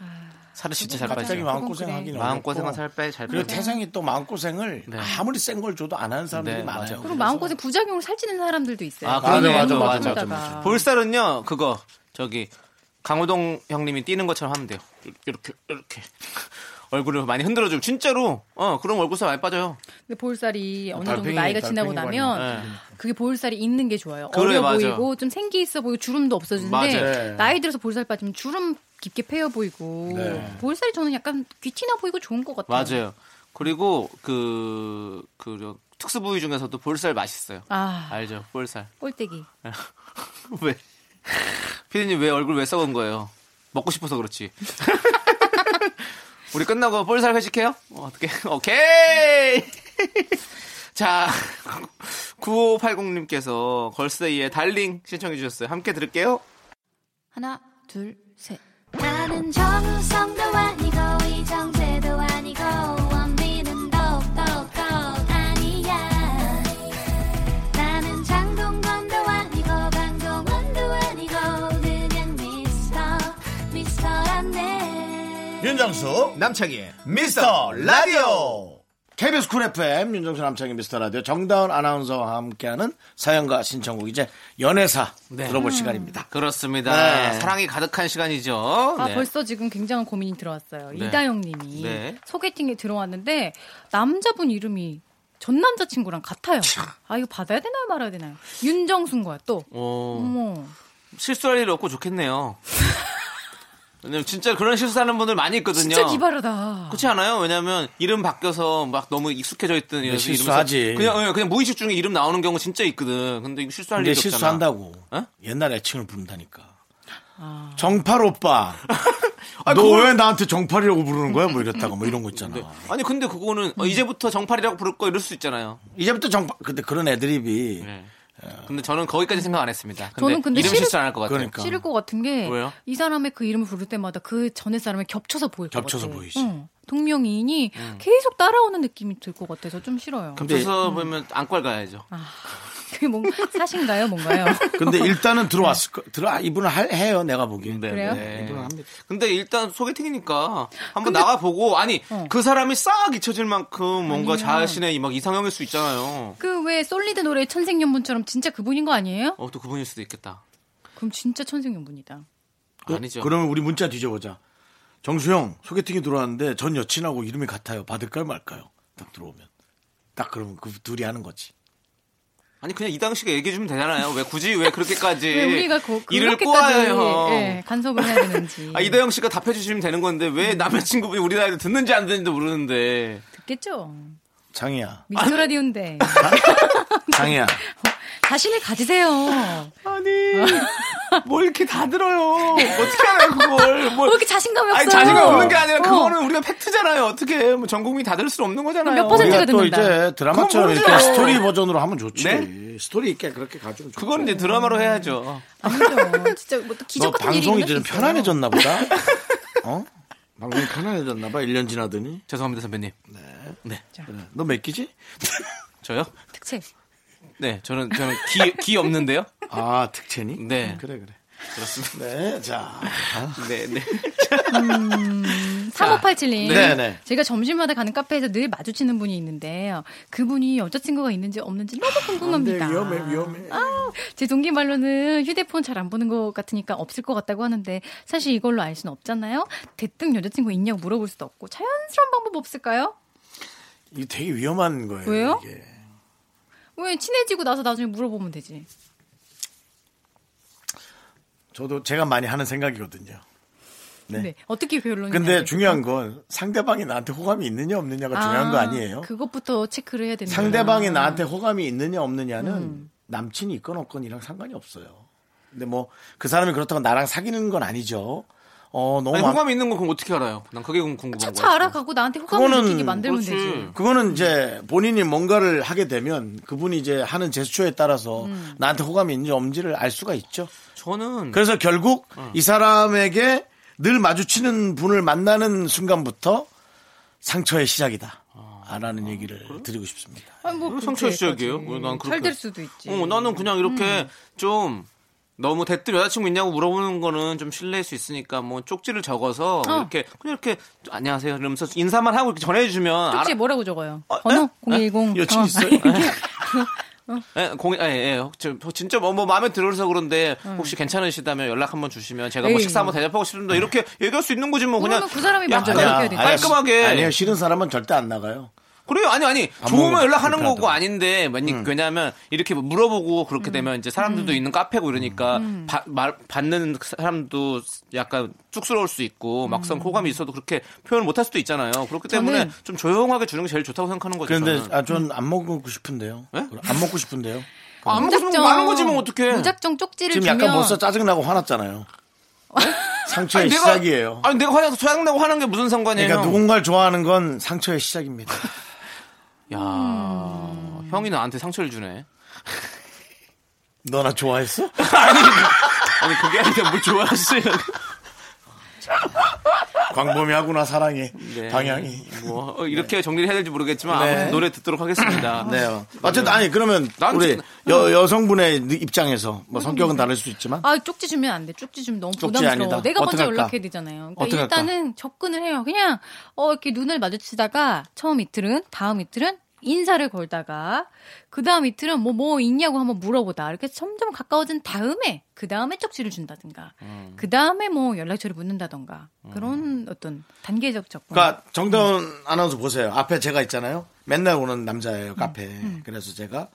Speaker 8: 아,
Speaker 2: 살을 진짜 잘
Speaker 1: 갑자기
Speaker 2: 빠져요.
Speaker 1: 마음고생
Speaker 8: 그래.
Speaker 1: 하긴 어렵고.
Speaker 2: 마음고생은 살 빼, 잘
Speaker 1: 그리고
Speaker 2: 빼.
Speaker 1: 태생이 또 마음고생을 아무리 센 걸 줘도 안 하는 사람들이
Speaker 2: 네,
Speaker 1: 많아요.
Speaker 8: 그리고 마음고생 부작용으로 살찌는 사람들도 있어요.
Speaker 2: 아, 그러네.
Speaker 8: 많이
Speaker 2: 맞아, 맞아, 맞아,
Speaker 8: 먹다가.
Speaker 2: 볼살은요, 그거, 저기, 강호동 형님이 뛰는 것처럼 하면 돼요. 이렇게, 이렇게. *laughs* 얼굴을 많이 흔들어주면, 진짜로, 어, 그럼 얼굴살 많이 빠져요.
Speaker 8: 근데 볼살이 어느 정도
Speaker 1: 달팽이,
Speaker 8: 나이가
Speaker 1: 달팽이
Speaker 8: 지나고
Speaker 1: 관련.
Speaker 8: 나면
Speaker 2: 네.
Speaker 8: 그게 볼살이 있는 게 좋아요.
Speaker 2: 그래,
Speaker 8: 어려
Speaker 2: 맞아.
Speaker 8: 보이고 좀 생기 있어 보이고 주름도 없어지는데
Speaker 2: 맞아요.
Speaker 8: 나이 들어서 볼살 빠지면 주름 깊게 패여 보이고 볼살이 저는 약간 귀티나 보이고 좋은 것 같아요.
Speaker 2: 네. 맞아요. 그리고, 그, 그, 저 특수 부위 중에서도 볼살 맛있어요.
Speaker 8: 아.
Speaker 2: 알죠? 볼살.
Speaker 8: 꼴대기.
Speaker 2: 왜? 피디님, 왜 얼굴 왜 썩은 거예요? 먹고 싶어서 그렇지. 우리 끝나고 볼살 회식해요? 어, 어떻게? 오케이! 자, 9580님께서 걸스데이의 달링 신청해 주셨어요. 함께 들을게요.
Speaker 8: 하나, 둘, 셋.
Speaker 3: 나는 정우성도 아니고 이정재도 아니고 원빈은 더욱더 아니야 나는 장동건도 아니고 강동원도 아니고 그냥 미스터 미스터란데
Speaker 7: 윤정수
Speaker 2: 남창희의
Speaker 7: 미스터 라디오
Speaker 1: KBS 쿨 FM 윤정수 남창희 미스터 라디오 정다운 아나운서와 함께하는 사연과 신청곡 이제 연애사
Speaker 2: 네.
Speaker 1: 들어볼
Speaker 2: 음.
Speaker 1: 시간입니다.
Speaker 2: 그렇습니다.
Speaker 1: 네.
Speaker 2: 사랑이 가득한 시간이죠.
Speaker 8: 아
Speaker 2: 네.
Speaker 8: 벌써 지금 굉장한 고민이 들어왔어요.
Speaker 2: 네.
Speaker 8: 이다영님이
Speaker 2: 네.
Speaker 8: 소개팅에 들어왔는데 남자분 이름이 전 남자친구랑 같아요. 아 이거 받아야 되나요 말아야 되나요? 윤정순 거야 또.
Speaker 2: 오,
Speaker 8: 어머.
Speaker 2: 실수할 일 없고 좋겠네요. 왜냐면 진짜 그런 실수하는 분들 많이 있거든요. 그러니까.
Speaker 8: 진짜 기발하다.
Speaker 2: 그렇지 않아요? 왜냐면 이름 바뀌어서 막 너무 익숙해져 있던 이런
Speaker 1: 네, 실수하지.
Speaker 2: 이름에서 그냥 예, 그냥 무의식 중에 이름 나오는 경우 진짜 있거든. 근데 이거 실수할 일이
Speaker 1: 근데
Speaker 2: 없잖아.
Speaker 1: 실수한다고
Speaker 2: 어? 아.
Speaker 1: 옛날 애칭을 부른다니까. 정팔
Speaker 2: *laughs*
Speaker 1: 오빠. 너 왜
Speaker 2: 그걸-
Speaker 1: 나한테 정팔이라고 부르는 거야? 뭐 이랬다가 뭐 이런 거 있잖아.
Speaker 2: 아니 근데 그거는 어, 이제부터 정팔이라고 부를 거 이럴 수 있잖아요. 예.
Speaker 1: 이제부터 정팔. 근데 그런 애드립이
Speaker 2: 네. 근데 저는 거기까지 생각 안 했습니다. 근데
Speaker 8: 저는 근데
Speaker 2: 이름
Speaker 8: 실은-
Speaker 2: 실수 안 할 것 같아요.
Speaker 1: 그러니까.
Speaker 8: 싫을 것 같은 게
Speaker 2: 왜요?
Speaker 8: 이 사람의 그 이름을 부를 때마다 그 전에 사람을 겹쳐서 보일 것
Speaker 1: 겹쳐서
Speaker 8: 같아.
Speaker 1: 보이지.
Speaker 8: 응. 동명이인이 계속 따라오는 느낌이 들 것 같아서 좀 싫어요.
Speaker 2: 음. 그래서 보면 안과를 가야죠.
Speaker 1: 아,
Speaker 8: 그게 뭔
Speaker 2: *laughs*
Speaker 8: 사신가요, 뭔가요?
Speaker 1: 근데 일단은 들어왔을 거. 들어 이분은 할- 해요. 내가 보기엔.
Speaker 8: 그래요?
Speaker 2: 네. 근데 일단 소개팅이니까 한번 나가보고 아니
Speaker 8: 어.
Speaker 2: 그 사람이 싹 잊혀질 만큼 뭔가
Speaker 8: 아니에요.
Speaker 2: 자신의 막 이상형일 수 있잖아요.
Speaker 8: 그 왜 솔리드 노래 천생연분처럼 진짜 그분인 거 아니에요?
Speaker 2: 어 또 그분일 수도 있겠다.
Speaker 8: 그럼 진짜 천생연분이다.
Speaker 1: 어,
Speaker 2: 아니죠.
Speaker 1: 그러면 우리 문자 뒤져보자. 정수형 소개팅이 들어왔는데 전 여친하고 이름이 같아요. 받을까요 말까요? 딱 들어오면. 딱 그러면 그 둘이 하는 거지.
Speaker 2: 아니 그냥 이 당시에 얘기해 주면 되잖아요. 왜 굳이 왜 그렇게까지
Speaker 8: *laughs* 왜 우리가 고,
Speaker 2: 일을
Speaker 8: 그렇게까지
Speaker 2: 예, 꼬아요?
Speaker 8: 예, 간섭을 해야 되는지
Speaker 2: *laughs* 아 이다영 씨가 답해 주시면 되는 건데 왜
Speaker 8: 음.
Speaker 2: 남자친구분이 우리 나이를 듣는지 안 듣는지 모르는데
Speaker 8: 듣겠죠? *laughs*
Speaker 1: 장이야.
Speaker 8: 미스터 라디오인데
Speaker 1: 장이야.
Speaker 8: *laughs* 자신을 가지세요. 뭐 *laughs*
Speaker 2: 뭘 이렇게 다 들어요? 어떻게 하나요 그걸?
Speaker 8: 왜
Speaker 2: 뭘
Speaker 8: 이렇게 자신감이 없어요?
Speaker 2: 아니 자신감 없는 게 아니라
Speaker 8: 어.
Speaker 2: 그거는 우리가 팩트잖아요. 어떻게 뭐 전공이 다 들을 수 없는 거잖아요.
Speaker 8: 몇 퍼센트?
Speaker 1: 우리가
Speaker 8: 소리가
Speaker 1: 또
Speaker 8: 듣는다.
Speaker 1: 이제 드라마처럼
Speaker 2: 그건
Speaker 1: 이렇게
Speaker 2: 모르죠.
Speaker 1: 스토리 버전으로 하면 좋지.
Speaker 2: 네?
Speaker 1: 스토리 있게 그렇게 가지면 좋지.
Speaker 2: 그건 이제
Speaker 8: 음.
Speaker 2: 드라마로 해야죠.
Speaker 8: 아니죠. 진짜 뭐또
Speaker 1: 너
Speaker 8: 기적 같은 일이
Speaker 1: 방송이
Speaker 8: 일어날
Speaker 1: 이제
Speaker 8: 수
Speaker 1: 좀
Speaker 8: 있어요.
Speaker 1: 편안해졌나 보다. 어? 방송이 편안해졌나 봐. 1년 지나더니. 네.
Speaker 2: 죄송합니다 선배님. 네.
Speaker 1: 너 몇 끼지?
Speaker 2: 저요?
Speaker 8: 특채.
Speaker 2: 네 저는 저는 기, 기 없는데요.
Speaker 1: 아, 특채니?
Speaker 2: 네.
Speaker 1: 그래, 그래. 그렇습니다. 네, 자.
Speaker 8: 음.
Speaker 2: 네 네.
Speaker 8: 3587님.
Speaker 1: 네, 네.
Speaker 8: 제가 점심마다 가는 카페에서 늘 마주치는 분이 있는데요. 그분이 여자친구가 있는지 없는지 너무 궁금합니다.
Speaker 1: 네, 위험해, 위험해.
Speaker 8: 아, 제 동기 말로는 휴대폰 잘 안 보는 것 같으니까 없을 것 같다고 하는데 사실 이걸로 알 수는 없잖아요. 대뜸 여자친구 있냐고 물어볼 수도 없고 자연스러운 방법 없을까요?
Speaker 1: 이게 되게 위험한 거예요.
Speaker 8: 왜요?
Speaker 1: 이게.
Speaker 8: 왜 친해지고 나서 나중에 물어보면
Speaker 1: 네.
Speaker 8: 되지.
Speaker 1: 저도 제가 많이 하는 생각이거든요. 네.
Speaker 8: 네. 어떻게 결론이
Speaker 1: 근데
Speaker 8: 나요?
Speaker 1: 중요한 건 상대방이 나한테 호감이 있느냐 없느냐가 중요한 거 아니에요.
Speaker 8: 그것부터 체크를 해야 되는
Speaker 1: 상대방이 나한테 호감이 있느냐 없느냐는 남친이 있건 없건이랑 상관이 없어요. 근데 뭐 그 사람이 그렇다고 나랑 사귀는 건 아니죠. 어 너무
Speaker 2: 아니,
Speaker 1: 안-
Speaker 2: 호감 있는 거 그럼 어떻게 알아요? 난 그게 궁- 궁금한 거예요.
Speaker 8: 차차 알아가고 나한테 호감을
Speaker 1: 그거는
Speaker 8: 느끼게 만들면
Speaker 2: 그렇지.
Speaker 8: 되지.
Speaker 1: 그거는 이제 본인이 뭔가를 하게 되면 그분이 이제 하는 제스처에 따라서 나한테 호감이 있는지 없는지를 알 수가 있죠.
Speaker 2: 저는
Speaker 1: 음. 그래서 결국
Speaker 2: 어.
Speaker 1: 이 사람에게 늘 마주치는 분을 만나는 순간부터 상처의 시작이다.
Speaker 2: 어.
Speaker 1: 라는
Speaker 2: 아,
Speaker 1: 얘기를 드리고 싶습니다.
Speaker 8: 아니, 뭐
Speaker 2: 상처 시작이에요. 어, 난 그렇게-
Speaker 8: 잘될 수도 있지. 음.
Speaker 2: 어, 나는 그냥 이렇게 좀 너무 대뜸 여자친구 있냐고 물어보는 거는 좀 실례일 수 있으니까 뭐 쪽지를 적어서 이렇게 그냥 이렇게 안녕하세요 이러면서 인사만 하고 이렇게 전해주면
Speaker 8: 쪽지에 뭐라고 적어요? 번호 010.
Speaker 1: 여친
Speaker 8: 어. *laughs*
Speaker 1: 있어요?
Speaker 2: 예, 공, 예, 예. 혹시- 진짜 뭐, 뭐 마음에 들어서 그런데 혹시 괜찮으시다면 연락 한번 주시면 제가 뭐
Speaker 8: 에이.
Speaker 2: 식사 한번 대접하고 싶은데 이렇게 얘기할 수 있는 거지 뭐 그냥
Speaker 8: 그러면 그 사람이 먼저
Speaker 2: 약간
Speaker 8: 연락해야 돼.
Speaker 1: 아니야,
Speaker 2: 깔끔하게
Speaker 1: 아니요, 싫은 사람은 절대 안 나가요.
Speaker 2: 그래요 아니 아니
Speaker 1: 밥
Speaker 2: 좋으면
Speaker 1: 먹으면
Speaker 2: 연락하는
Speaker 1: 그렇게 음.
Speaker 2: 거고
Speaker 1: 하더라고.
Speaker 2: 아닌데 왜냐- 왜냐하면 이렇게 뭐 물어보고
Speaker 8: 음.
Speaker 2: 그렇게 되면 이제 사람들도 있는 카페고 이러니까 바- 말- 받는 사람도 약간 쑥스러울 수 있고 막상 호감이 있어도 그렇게 표현을 못할 수도 있잖아요 그렇기 때문에
Speaker 8: 음. 저는-
Speaker 2: 좀 조용하게 주는 게 제일 좋다고 생각하는 거죠 음. 네,
Speaker 1: 그런데
Speaker 2: 저는.
Speaker 1: 아, 전 안 먹고 싶은데요.
Speaker 2: 예?
Speaker 1: 안 먹고 싶은데요.
Speaker 2: 안 먹고 싶은 거 많은 거지 뭐 어떡해
Speaker 8: 무작정 쪽지를
Speaker 1: 지금
Speaker 8: 주면
Speaker 1: 약간 벌써 짜증나고 화났잖아요. 상처의
Speaker 2: 어? 아니, 내가-
Speaker 1: 시작이에요.
Speaker 2: 아니 내가 화나서 소양나고 화난 게 무슨 상관이에요?
Speaker 1: 그러니까 누군가를 좋아하는 건 상처의 시작입니다.
Speaker 2: 야 형이 나한테 상처를 주네.
Speaker 1: 너 나
Speaker 2: *laughs*
Speaker 1: 좋아했어?
Speaker 2: 아니 그게 아니라 뭘 좋아하시는
Speaker 1: 광범위하구나 사랑의
Speaker 2: 네.
Speaker 1: 방향이.
Speaker 2: 뭐 어, 이렇게 정리를 해야 될지 모르겠지만
Speaker 1: 네.
Speaker 2: 아무튼 노래 듣도록 하겠습니다.
Speaker 1: *laughs* 네. 어쨌든 아니 그러면
Speaker 2: 난
Speaker 1: 우리
Speaker 2: 진짜-
Speaker 1: 여, 여성분의 입장에서 뭐 성격은 다를 수 있지만
Speaker 8: 아 쪽지 주면 안 돼. 쪽지 주면 너무
Speaker 1: 쪽지
Speaker 8: 부담스러워.
Speaker 1: 아니다.
Speaker 8: 내가 먼저
Speaker 1: 어떡할까?
Speaker 8: 연락해야 되잖아요. 그러니까
Speaker 1: 어떡할까?
Speaker 8: 일단은 접근을 해요. 그냥 어 이렇게 눈을 마주치다가 처음 이틀은 다음 이틀은 인사를 걸다가 그 다음 이틀은 뭐 뭐 있냐고 한번 물어보다 이렇게 점점 가까워진 다음에 그 다음에 쪽지를 준다든가 그 다음에 뭐 연락처를 묻는다든가 그런 어떤 단계적 접근.
Speaker 1: 음. 그러니까 정다운 아나운서 보세요. 앞에 제가 있잖아요. 맨날 오는 남자예요 카페. 그래서 제가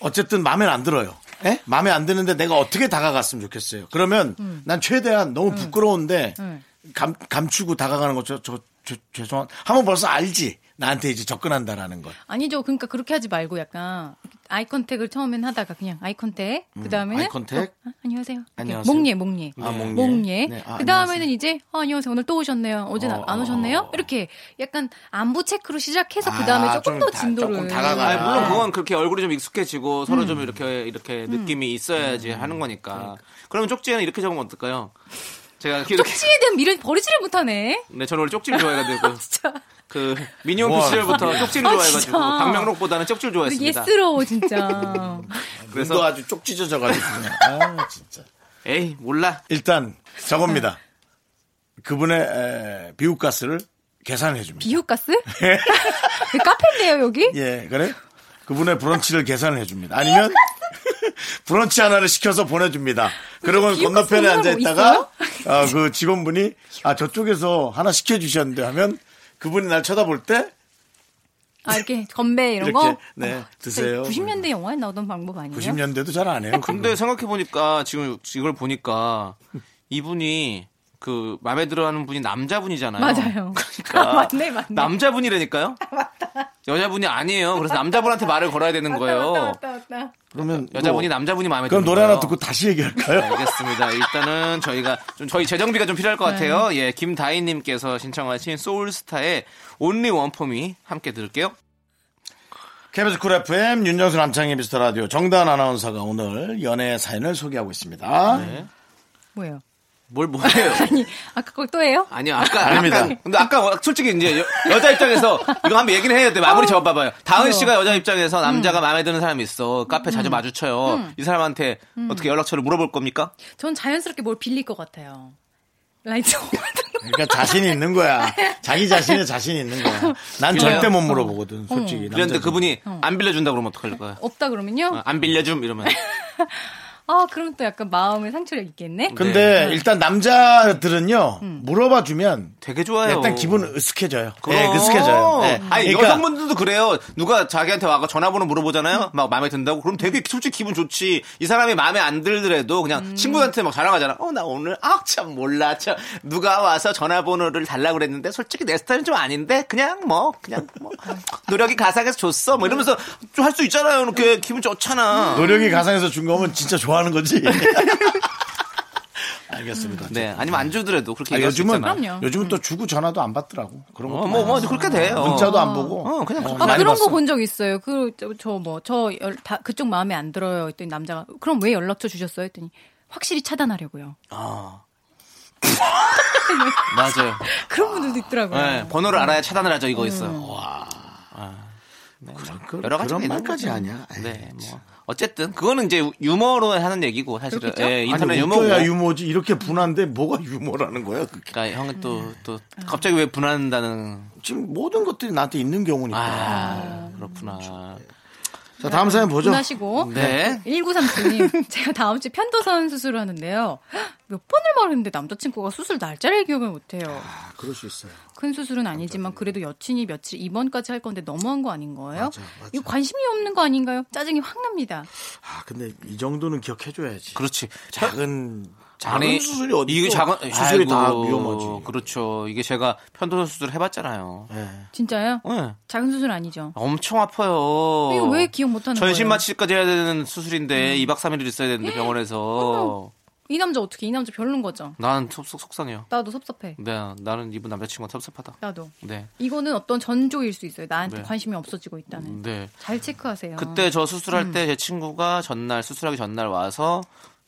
Speaker 1: 어쨌든 마음에 안 들어요. 에? 마음에 안 드는데 내가 어떻게 다가갔으면 좋겠어요. 그러면 난 최대한 너무 부끄러운데
Speaker 8: 음.
Speaker 1: 감, 감추고 다가가는 거 저, 저, 저- 죄송한. 하면 벌써 알지. 나한테 이제 접근한다라는 걸.
Speaker 8: 아니죠. 그러니까 그렇게 하지 말고 약간 아이 컨택을 처음엔 하다가 그냥 아이 컨택. 그 다음에는
Speaker 1: 아이 컨택.
Speaker 8: 아, 안녕하세요. 이렇게
Speaker 1: 안녕하세요.
Speaker 8: 목례 목례.
Speaker 1: 아, 목례. 네, 아,
Speaker 8: 그 다음에는 이제 어, 안녕하세요. 오늘 또 오셨네요. 어제
Speaker 1: 어,
Speaker 8: 안
Speaker 1: 어,
Speaker 8: 오셨네요.
Speaker 1: 어.
Speaker 8: 이렇게 약간 안부 체크로 시작해서 그 다음에
Speaker 1: 아,
Speaker 8: 조금
Speaker 1: 좀
Speaker 8: 더
Speaker 1: 다-
Speaker 8: 진도를
Speaker 1: 조금 다가가야.
Speaker 2: 아, 물론 그건 그렇게 얼굴이 좀 익숙해지고 서로
Speaker 1: 음.
Speaker 2: 좀 이렇게 이렇게 느낌이 있어야지 하는 거니까. 그러면 쪽지에는 이렇게 적으면 어떨까요? 제가 이렇게
Speaker 8: 쪽지에 대한 미련 버리지를 못하네.
Speaker 2: 네, 저는 원래 쪽지를 좋아해가지고
Speaker 8: 진짜
Speaker 2: 그 미니홈피
Speaker 1: 와.
Speaker 2: 시절부터 쪽지를
Speaker 8: 아,
Speaker 2: 좋아해가지고
Speaker 8: 진짜.
Speaker 2: 박명록보다는 쪽지를 좋아했습니다.
Speaker 8: 예스러워 진짜.
Speaker 2: 그래서-
Speaker 1: 눈도 아주 쪽 찢어져가지고. 그냥. *laughs* 아, 진짜.
Speaker 2: *laughs* 에이 몰라.
Speaker 1: 일단 저겁니다. 그분의 에, 비우가스를 계산해 줍니다.
Speaker 8: 비효가스? *laughs* 카페인데요 여기?
Speaker 1: 예, 그래? 그분의 브런치를 계산을 해줍니다. 아니면 *laughs* 브런치 하나를 시켜서 보내줍니다. 그러고
Speaker 8: 비우가스
Speaker 1: 건너편에
Speaker 8: 하나로
Speaker 1: 앉아있다가 아, 그 직원분이 아 저쪽에서 하나 시켜주셨는데 하면 그분이 날 쳐다볼 때
Speaker 8: 아 이렇게 건배 이런
Speaker 1: 이렇게
Speaker 8: 거? 어,
Speaker 1: 네
Speaker 8: 진짜
Speaker 1: 드세요.
Speaker 8: 90년대 영화에 나오던 방법 아니에요?
Speaker 1: 90년대도 잘 안 해요.
Speaker 2: 근데 생각해 보니까 지금 이걸 보니까 이분이 그 마음에 들어하는 분이 남자분이잖아요.
Speaker 8: 맞아요.
Speaker 1: 그러니까.
Speaker 8: 아, *laughs* 맞네, 아, 맞네.
Speaker 2: 그러니까 남자분이라니까요? 여자분이 아니에요. 그래서 남자분한테 말을 걸어야 되는 거예요.
Speaker 8: 왔다.
Speaker 1: 그러면
Speaker 2: 여자분이
Speaker 1: 뭐,
Speaker 2: 남자분이 마음에
Speaker 1: 그럼
Speaker 2: 드는
Speaker 1: 노래 하나
Speaker 2: 거예요. 네,
Speaker 1: 듣고 다시 얘기할까요?
Speaker 2: 알겠습니다. 일단은 저희가 좀 저희 재정비가 좀 필요할 것
Speaker 8: 네.
Speaker 2: 같아요. 예, 김다희님께서 신청하신 소울스타의 온리 원폼이 함께 들을게요.
Speaker 1: KBS 쿨 FM 윤정수 남창희 미스터 라디오 정다은 아나운서가 오늘 연애 사연을 소개하고 있습니다.
Speaker 2: 네.
Speaker 8: 뭐예요?
Speaker 2: 뭘 뭐예요?
Speaker 8: *laughs* 아니, 아까 그걸 또 해요?
Speaker 2: 아니요, 아까
Speaker 1: 아닙니다.
Speaker 2: 아까- 근데 아까 솔직히 이제 여, 자 입장에서 이거 한번 얘기를 해야 돼. 마무리 접어봐봐요. 다은 씨가 여자 입장에서 남자가 마음에 드는 사람이 있어. 카페
Speaker 8: 음.
Speaker 2: 자주 마주쳐요. 이 사람한테 어떻게 연락처를 물어볼 겁니까?
Speaker 8: 전 자연스럽게 뭘 빌릴 것 같아요. 라이트 *laughs* 오버든
Speaker 1: 그러니까 자신이 있는 거야. 자기 자신에 자신이 있는 거야. 난
Speaker 2: 빌려요?
Speaker 1: 절대 못 물어보거든, 솔직히.
Speaker 2: 그런데
Speaker 1: 남자들은.
Speaker 2: 그분이 안 빌려준다 그러면 어떡할 거야?
Speaker 8: 없다
Speaker 2: 어,
Speaker 8: 그러면요?
Speaker 2: 안 빌려줌 이러면
Speaker 8: 아, 그럼 또 약간 마음의 상처력 있겠네?
Speaker 1: 근데 일단 남자들은요 물어봐 주면
Speaker 2: 되게 좋아요.
Speaker 1: 일단 기분 으스해져요.
Speaker 2: 음. 그럼.
Speaker 1: 네, 으스해져요. 네.
Speaker 2: 아니
Speaker 1: 그러니까
Speaker 2: 여성분들도 뭐 그래요. 누가 자기한테 와가 전화번호 물어보잖아요. 막 마음에 든다고. 그럼 되게 솔직히 기분 좋지. 이 사람이 마음에 안 들더라도 그냥 친구한테 막 자랑하잖아. 어 나 오늘 아 참 몰라. 참 누가 와서 전화번호를 달라 고 그랬는데 솔직히 내 스타일은 좀 아닌데 그냥 뭐 그냥 뭐 노력이 가상에서 줬어. 뭐 이러면서 좀 할 수 있잖아요. 이렇게 기분 좋잖아.
Speaker 1: 음. 노력이 가상에서 준 거면 진짜 좋아하는
Speaker 2: *laughs*
Speaker 1: 거지. 알겠습니다.
Speaker 2: 네 아니면 안 주더라도 그렇게
Speaker 1: 아,
Speaker 2: 얘기할 수
Speaker 1: 요즘은
Speaker 2: 있잖아.
Speaker 8: 그럼요.
Speaker 1: 요즘은 또 주고 전화도 안 받더라고. 그런 거.
Speaker 2: 음. 어, 뭐, 뭐, 그렇게 돼요.
Speaker 1: 문자도 안 보고.
Speaker 2: 어, 그냥 그렇게
Speaker 8: 아,
Speaker 1: 많이
Speaker 8: 그런
Speaker 1: 봤어.
Speaker 8: 거 본 적 있어요. 그, 저, 저 뭐, 저, 열- 다, 그쪽 마음에 안 들어요. 했더니 남자가, 그럼 왜 연락처 주셨어요? 했더니, 확실히 차단하려고요.
Speaker 2: 맞아요.
Speaker 8: 그런 분들도 있더라고요.
Speaker 2: 네, 번호를 알아야 차단을 하죠. 이거 있어요.
Speaker 8: 음.
Speaker 1: 아, 그-
Speaker 2: 뭐, 여러 가지가
Speaker 1: 그런
Speaker 2: 있는
Speaker 1: 말까지
Speaker 2: 거죠.
Speaker 1: 아니야. 에이,
Speaker 2: 네, 뭐 어쨌든 그거는 이제 유머로 하는 얘기고 사실은
Speaker 8: 그렇겠죠?
Speaker 2: 예, 인터넷
Speaker 1: 아니
Speaker 2: 유머고.
Speaker 1: 웃겨야 유머지 이렇게 분한데 뭐가 유머라는 거야? 그게.
Speaker 2: 그러니까 형은
Speaker 8: 음.
Speaker 2: 또 또 갑자기 왜 분한다는
Speaker 1: 지금 모든 것들이 나한테 있는 경우니까.
Speaker 8: 음.
Speaker 2: 아 그렇구나.
Speaker 1: 자 다음 사연 보죠.
Speaker 8: 분하시고.
Speaker 2: 네.
Speaker 8: 1937님, *laughs* 제가 다음 주 편도선 수술을 하는데요. 몇 번을 말했는데 남자친구가 수술 날짜를 기억을 못해요.
Speaker 1: 아, 그럴 수 있어요.
Speaker 8: 큰 수술은 아니지만 그래도 여친이 며칠 입원까지 할 건데 너무한 거 아닌 거예요?
Speaker 1: 맞아, 맞아.
Speaker 8: 이거 관심이 없는 거 아닌가요? 짜증이 확 납니다.
Speaker 1: 아 근데 이 정도는 기억해줘야지.
Speaker 2: 그렇지.
Speaker 1: 작은 작은
Speaker 2: 아니,
Speaker 1: 수술이 어디
Speaker 2: 이게 작은
Speaker 1: 수술이 다
Speaker 2: 아이고,
Speaker 1: 위험하지.
Speaker 2: 그렇죠. 이게 제가 편도선 수술 해봤잖아요.
Speaker 8: 진짜요?
Speaker 2: 예.
Speaker 8: 작은 수술 아니죠?
Speaker 2: 엄청 아파요.
Speaker 8: 이거 왜 기억 못하는 거예요?
Speaker 2: 어.
Speaker 8: 음. 예.
Speaker 2: 전신 마취까지 해야 되는 수술인데 2박 3일을 있어야 되는데 병원에서
Speaker 8: 이 남자 어떻게? 이 남자 별론 거죠?
Speaker 2: 난 속속 속상해요.
Speaker 8: 나도 섭섭해.
Speaker 2: 네, 나는 이분 남자친구가 섭섭하다.
Speaker 8: 나도.
Speaker 2: 네.
Speaker 8: 이거는 어떤 전조일 수 있어요. 나한테
Speaker 2: 네.
Speaker 8: 관심이 없어지고 있다는.
Speaker 2: 네.
Speaker 8: 잘 체크하세요.
Speaker 2: 그때 저 수술할
Speaker 8: 음.
Speaker 2: 때 제 친구가 전날 수술하기 전날 와서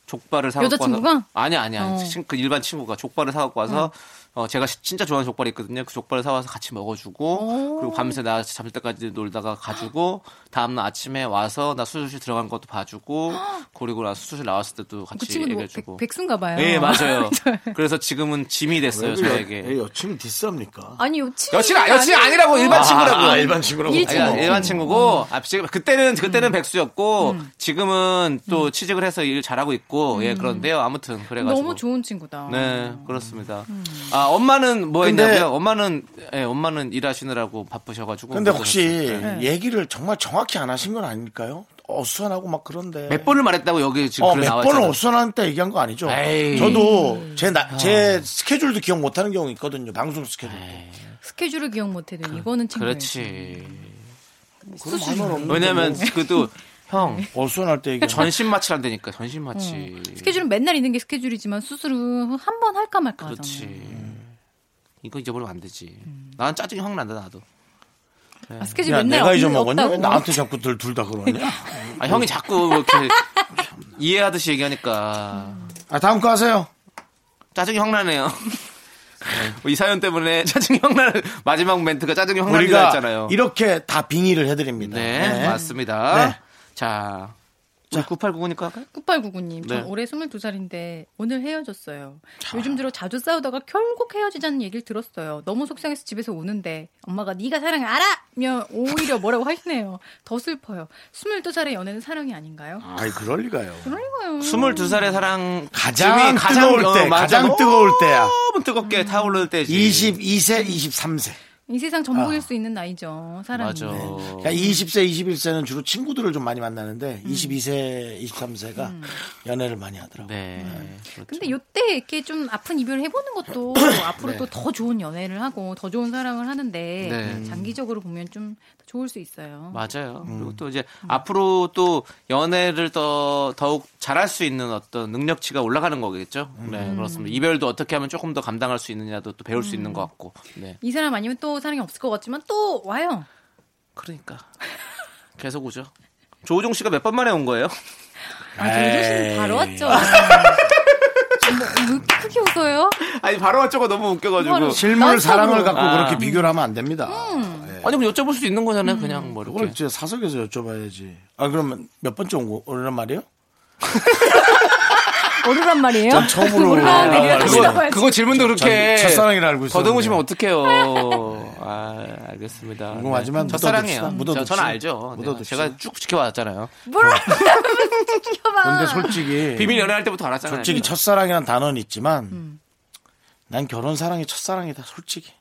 Speaker 2: 족발을 사갖고
Speaker 8: 여자친구가?
Speaker 2: 와서 아니 아니 아니
Speaker 8: 어.
Speaker 2: 친- 그 일반 친구가 족발을 사갖고 와서 어, 제가 시- 진짜 좋아하는 족발이 있거든요. 그 족발을 사와서 같이 먹어주고, 그리고 밤새 나 잠들 때까지 놀다가
Speaker 8: *gasps*
Speaker 2: 가지고, 다음날 아침에 와서 나 수술실 들어간 것도
Speaker 8: *gasps*
Speaker 2: 봐주고, 그리고 나 수술실 나왔을 때도
Speaker 8: 그
Speaker 2: 같이
Speaker 8: 친구는 뭐
Speaker 2: 얘기해주고.
Speaker 8: 백, 순가 봐요.
Speaker 2: 예, 맞아요. 그래서 지금은 짐이 됐어요,
Speaker 1: 왜
Speaker 2: 저에게.
Speaker 1: 여친을 디스합니까?
Speaker 8: 아니 여친
Speaker 2: 여친, 아- 여친 아니라고 일반 친구라고.
Speaker 1: 아, 일반 친구라고.
Speaker 8: 이
Speaker 2: 아니, 그러니까
Speaker 8: 친구.
Speaker 2: 일반 친구고 아, 지금 그때는 그때는 백수였고 지금은 또 취직을 해서 일 잘하고 있고 예 그런데요 아무튼 그래가지고
Speaker 8: 너무 좋은 친구다.
Speaker 2: 네 그렇습니다 아 엄마는 뭐
Speaker 1: 근데-
Speaker 2: 했냐고요 엄마는 예 엄마는 일하시느라고 바쁘셔가지고
Speaker 1: 근데
Speaker 2: 못
Speaker 1: 혹시
Speaker 2: 오셨어요. 뭐 예.
Speaker 1: 얘기를 정말 정확히 안 하신 건 아닐까요? 어수선하고 막 그런데.
Speaker 2: 몇 번을 말했다고 여기 지금
Speaker 1: 어,
Speaker 2: 글에
Speaker 1: 몇
Speaker 2: 나와
Speaker 1: 번을
Speaker 2: 있잖아요
Speaker 1: 어수선한테 얘기한 거 아니죠?
Speaker 2: 에이. 아.
Speaker 1: 저도 제, 나, 제 스케줄도 기억 못 하는 경우 있거든요. 방송 스케줄.
Speaker 8: 스케줄을 기억 못해도 이거는 친구.
Speaker 2: 그, 그렇지
Speaker 1: 그런 말은 없는데
Speaker 2: 왜냐면
Speaker 1: 뭐
Speaker 2: 그도 형
Speaker 1: 어수선할 때 얘기.
Speaker 2: 전신 마취를 한다니까 전신 마취
Speaker 8: 스케줄은 맨날 있는 게 스케줄이지만 수술은 한 번 할까 말까
Speaker 2: 그렇지
Speaker 8: 하잖아요.
Speaker 2: 이거 잊어버리면 안 되지
Speaker 1: 음.
Speaker 2: 난 짜증이 확 난다 나도
Speaker 8: 아, 스케줄
Speaker 1: 야,
Speaker 8: 맨날
Speaker 1: 내가
Speaker 8: 없-
Speaker 1: 잊어먹었냐? 왜
Speaker 8: 없다고.
Speaker 1: 나한테 자꾸 둘 다
Speaker 8: *laughs*
Speaker 1: 그러냐?
Speaker 2: 아, 형이 자꾸 뭐 이렇게 *laughs* 이해하듯이 얘기하니까
Speaker 1: 아, 다음 거 하세요.
Speaker 2: 짜증이 확 나네요.
Speaker 1: 음.
Speaker 2: 이 사연 때문에 짜증이 확 나는 마지막 멘트가 짜증이 확 난다
Speaker 1: 우리가
Speaker 2: 했잖아요.
Speaker 1: 이렇게 다 빙의를 해드립니다.
Speaker 2: 음. 네,
Speaker 1: 네.
Speaker 2: 맞습니다.
Speaker 1: 네.
Speaker 2: 자, 자 9899니까 할까요?
Speaker 8: 9899님, 전
Speaker 2: 네.
Speaker 8: 올해 22살인데 오늘 헤어졌어요. 요즘 들어 자주 싸우다가 결국 헤어지자는 얘기를 들었어요. 너무 속상해서 집에서 오는데 엄마가 네가 사랑 알아며 오히려 뭐라고 *laughs* 하시네요. 더 슬퍼요. 22살의 연애는 사랑이 아닌가요?
Speaker 1: 아이, 그럴 리가요.
Speaker 8: 그런가요?
Speaker 2: 22살의 사랑
Speaker 1: 음. 가장
Speaker 2: 쯤이
Speaker 1: 뜨거울
Speaker 2: 어,
Speaker 1: 때,
Speaker 2: 맞아.
Speaker 1: 가장 뜨거울 때야.
Speaker 2: 너무 뜨겁게 타오를 때지.
Speaker 1: 22세, 23세.
Speaker 8: 이 세상 전부일
Speaker 1: 아.
Speaker 8: 수 있는 나이죠. 네. 사랑이.
Speaker 2: 맞아. 네.
Speaker 1: 그러니까 20세, 21세는 주로 친구들을 좀 많이
Speaker 8: 음.
Speaker 1: 만나는데 22세, 23세가 연애를 많이 하더라고요.
Speaker 2: 네. 그렇죠.
Speaker 8: 근데 요때 이렇게 좀 아픈 이별을 해보는
Speaker 1: *coughs*
Speaker 8: 것도
Speaker 1: 네.
Speaker 8: 앞으로 또 더 좋은 연애를 하고 더 좋은 사랑을 하는데
Speaker 2: 네.
Speaker 8: 장기적으로 보면 좀 좋을 수 있어요.
Speaker 2: 맞아요. 그리고 또 이제 앞으로 또 연애를 더 더욱 잘할 수 있는 어떤 능력치가 올라가는 거겠죠. 네, 그렇습니다. 이별도 어떻게 하면 조금 더 감당할 수 있느냐도 또 배울 수 있는 것 같고. 네,
Speaker 8: 이 사람 아니면 또 사랑이 없을 것 같지만 또 와요.
Speaker 2: 그러니까 계속 오죠. 조우종 씨가 몇 번 만에 온 거예요?
Speaker 8: 아, 조조 씨는
Speaker 1: 에이. 아.
Speaker 8: 바로 왔죠. 뭐, 왜 이렇게 크게 웃어요?
Speaker 2: *laughs* 아니 바로 왔죠가 너무 웃겨가지고.
Speaker 8: 바로.
Speaker 1: 실물 사랑을 갖고
Speaker 2: 네. 아.
Speaker 1: 그렇게 비교를 하면 안 됩니다.
Speaker 8: 음.
Speaker 1: 예.
Speaker 2: 아니 그럼 여쭤볼 수도 있는 거잖아요. 네. 그냥 뭐
Speaker 1: 그걸
Speaker 2: 이렇게.
Speaker 1: 이제 사석에서 여쭤봐야지. 아, 그러면 몇 번째 온 거, 오란 말이에요?
Speaker 8: 오르란 말이에요?
Speaker 1: 전 *laughs* 처음으로
Speaker 8: 오르라 내리라
Speaker 1: 알고
Speaker 8: 다시
Speaker 1: 있어요.
Speaker 8: 나와야지.
Speaker 2: 그거 질문도 그렇게
Speaker 1: 전 첫사랑이라 알고 있어요.
Speaker 2: 더듬으시면 *laughs* 어떡해요. 아, 알겠습니다.
Speaker 1: 궁금하지만
Speaker 2: 네. 첫사랑이에요.
Speaker 1: 묻어둡시다. 묻어둡시다.
Speaker 2: 저는 알죠. 네,
Speaker 1: 묻어둡시다.
Speaker 2: 제가 쭉 지켜왔잖아요.
Speaker 8: 뭐라 지켜봐.
Speaker 1: 근데
Speaker 8: 음.
Speaker 1: 솔직히
Speaker 2: 비밀 연애할 때부터 알았잖아요.
Speaker 1: 솔직히 첫사랑이란 단어는 있지만
Speaker 8: 음.
Speaker 1: 난 결혼 사랑이 첫사랑이다 솔직히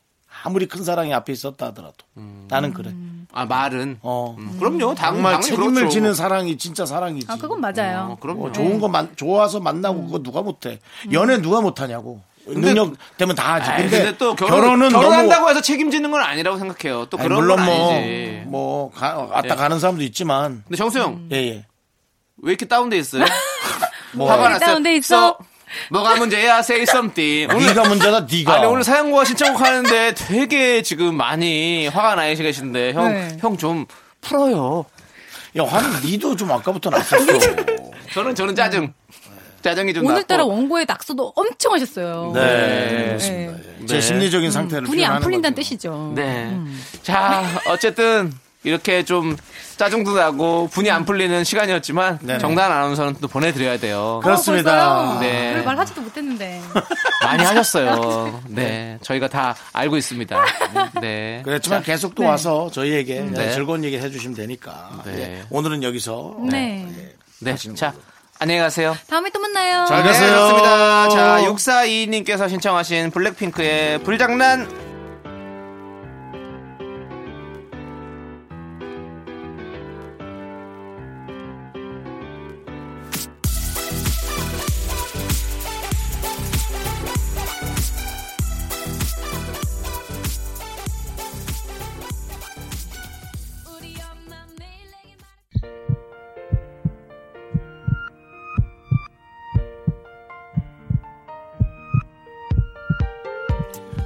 Speaker 1: 아무리 큰 사랑이 앞에 있었다 하더라도
Speaker 8: 음.
Speaker 1: 나는 그래
Speaker 2: 아 말은
Speaker 1: 어
Speaker 2: 음, 그럼요. 당,
Speaker 1: 정말
Speaker 2: 당연히
Speaker 1: 책임을
Speaker 2: 그렇죠.
Speaker 1: 지는 사랑이 진짜 사랑이지
Speaker 8: 아, 그건
Speaker 2: 어,
Speaker 8: 맞아요. 네. 음.
Speaker 2: 그럼요.
Speaker 1: 뭐 좋은 거 만, 좋아서 만나고 그거 누가 못해 연애 누가 못하냐고 능력 되면 다 하지
Speaker 2: 아이,
Speaker 1: 근데,
Speaker 2: 근데 또 결혼,
Speaker 1: 결혼은
Speaker 2: 은 결혼한다고
Speaker 1: 너무
Speaker 2: 해서 책임지는 건 아니라고 생각해요. 또
Speaker 1: 아니,
Speaker 2: 그런
Speaker 1: 물론
Speaker 2: 건
Speaker 1: 뭐,
Speaker 2: 아니지.
Speaker 1: 뭐 가, 왔다
Speaker 2: 예.
Speaker 1: 가는 사람도 있지만
Speaker 2: 근데 정수 형,
Speaker 8: 음.
Speaker 1: 예예
Speaker 2: 왜 이렇게 다운돼
Speaker 8: *laughs*
Speaker 2: 있어요?
Speaker 1: 뭐
Speaker 2: 화가 났어요?
Speaker 8: 다운돼 있어?
Speaker 2: So, 뭐가 문제야? Say something. 오늘 *laughs*
Speaker 1: 네가 문제다 네가
Speaker 2: 아니 오늘 사연과 신청곡 하는데 되게 지금 많이 화가 나 계신데 형
Speaker 8: 네.
Speaker 2: 형 좀 풀어요.
Speaker 1: 야 화는 니도 좀 아까부터
Speaker 2: *laughs*
Speaker 1: 났었어
Speaker 2: 저는 저는 짜증. 짜증이 좀
Speaker 8: 음. 오늘따라
Speaker 2: 났고.
Speaker 8: 원고에 낙서도 엄청 하셨어요.
Speaker 1: 네.
Speaker 8: 네. 음.
Speaker 1: 제 심리적인 상태를
Speaker 8: 분이 안
Speaker 1: 표현하는
Speaker 8: 풀린다는
Speaker 1: 거죠.
Speaker 8: 뜻이죠.
Speaker 2: 네. 자, 어쨌든 이렇게 좀 짜증도 나고 분이 안 풀리는 시간이었지만
Speaker 1: 네네.
Speaker 2: 정단 아나운서는 또 보내드려야 돼요.
Speaker 1: 그렇습니다.
Speaker 8: 어,
Speaker 2: 네.
Speaker 8: 네. 그걸 말하지도 못했는데.
Speaker 2: 많이 하셨어요. 네, 저희가 다 알고 있습니다. 네.
Speaker 1: 그렇지만 계속 또 와서 저희에게
Speaker 2: 네.
Speaker 1: 즐거운 얘기를 해주시면 되니까
Speaker 2: 네.
Speaker 1: 예, 오늘은 여기서
Speaker 8: 네.
Speaker 2: 네. 자, 안녕히 가세요.
Speaker 8: 다음에 또 만나요.
Speaker 1: 잘 가세요.
Speaker 2: 네, 그렇습니다. 자, 6422님께서 신청하신 블랙핑크의 불장난
Speaker 3: 우리 엄마 매일 내게 말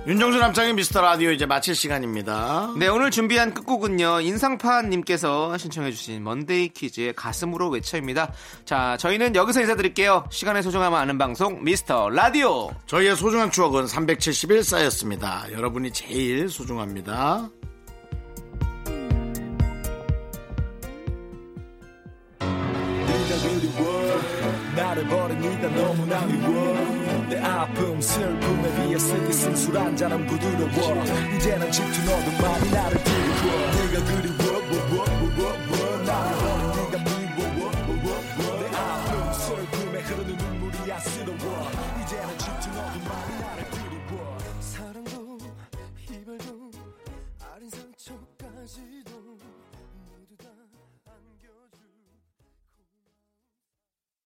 Speaker 1: 윤정수 남창의 미스터 라디오 이제 마칠 시간입니다.
Speaker 2: 네, 오늘 준비한 끝곡은요. 인상파님께서 신청해주신 먼데이 퀴즈의 가슴으로 외쳐입니다. 자, 저희는 여기서 인사드릴게요. 시간의 소중함을 아는 방송, 미스터 라디오!
Speaker 1: 저희의 소중한 추억은 371사였습니다. 여러분이 제일 소중합니다.
Speaker 9: 나를 버린 네가 너무나 미워 내 아픔 슬픔에 비해 쓰기 쓴술 한잔은 부드러워 이제는 짙은 어둠만이 나를 부르고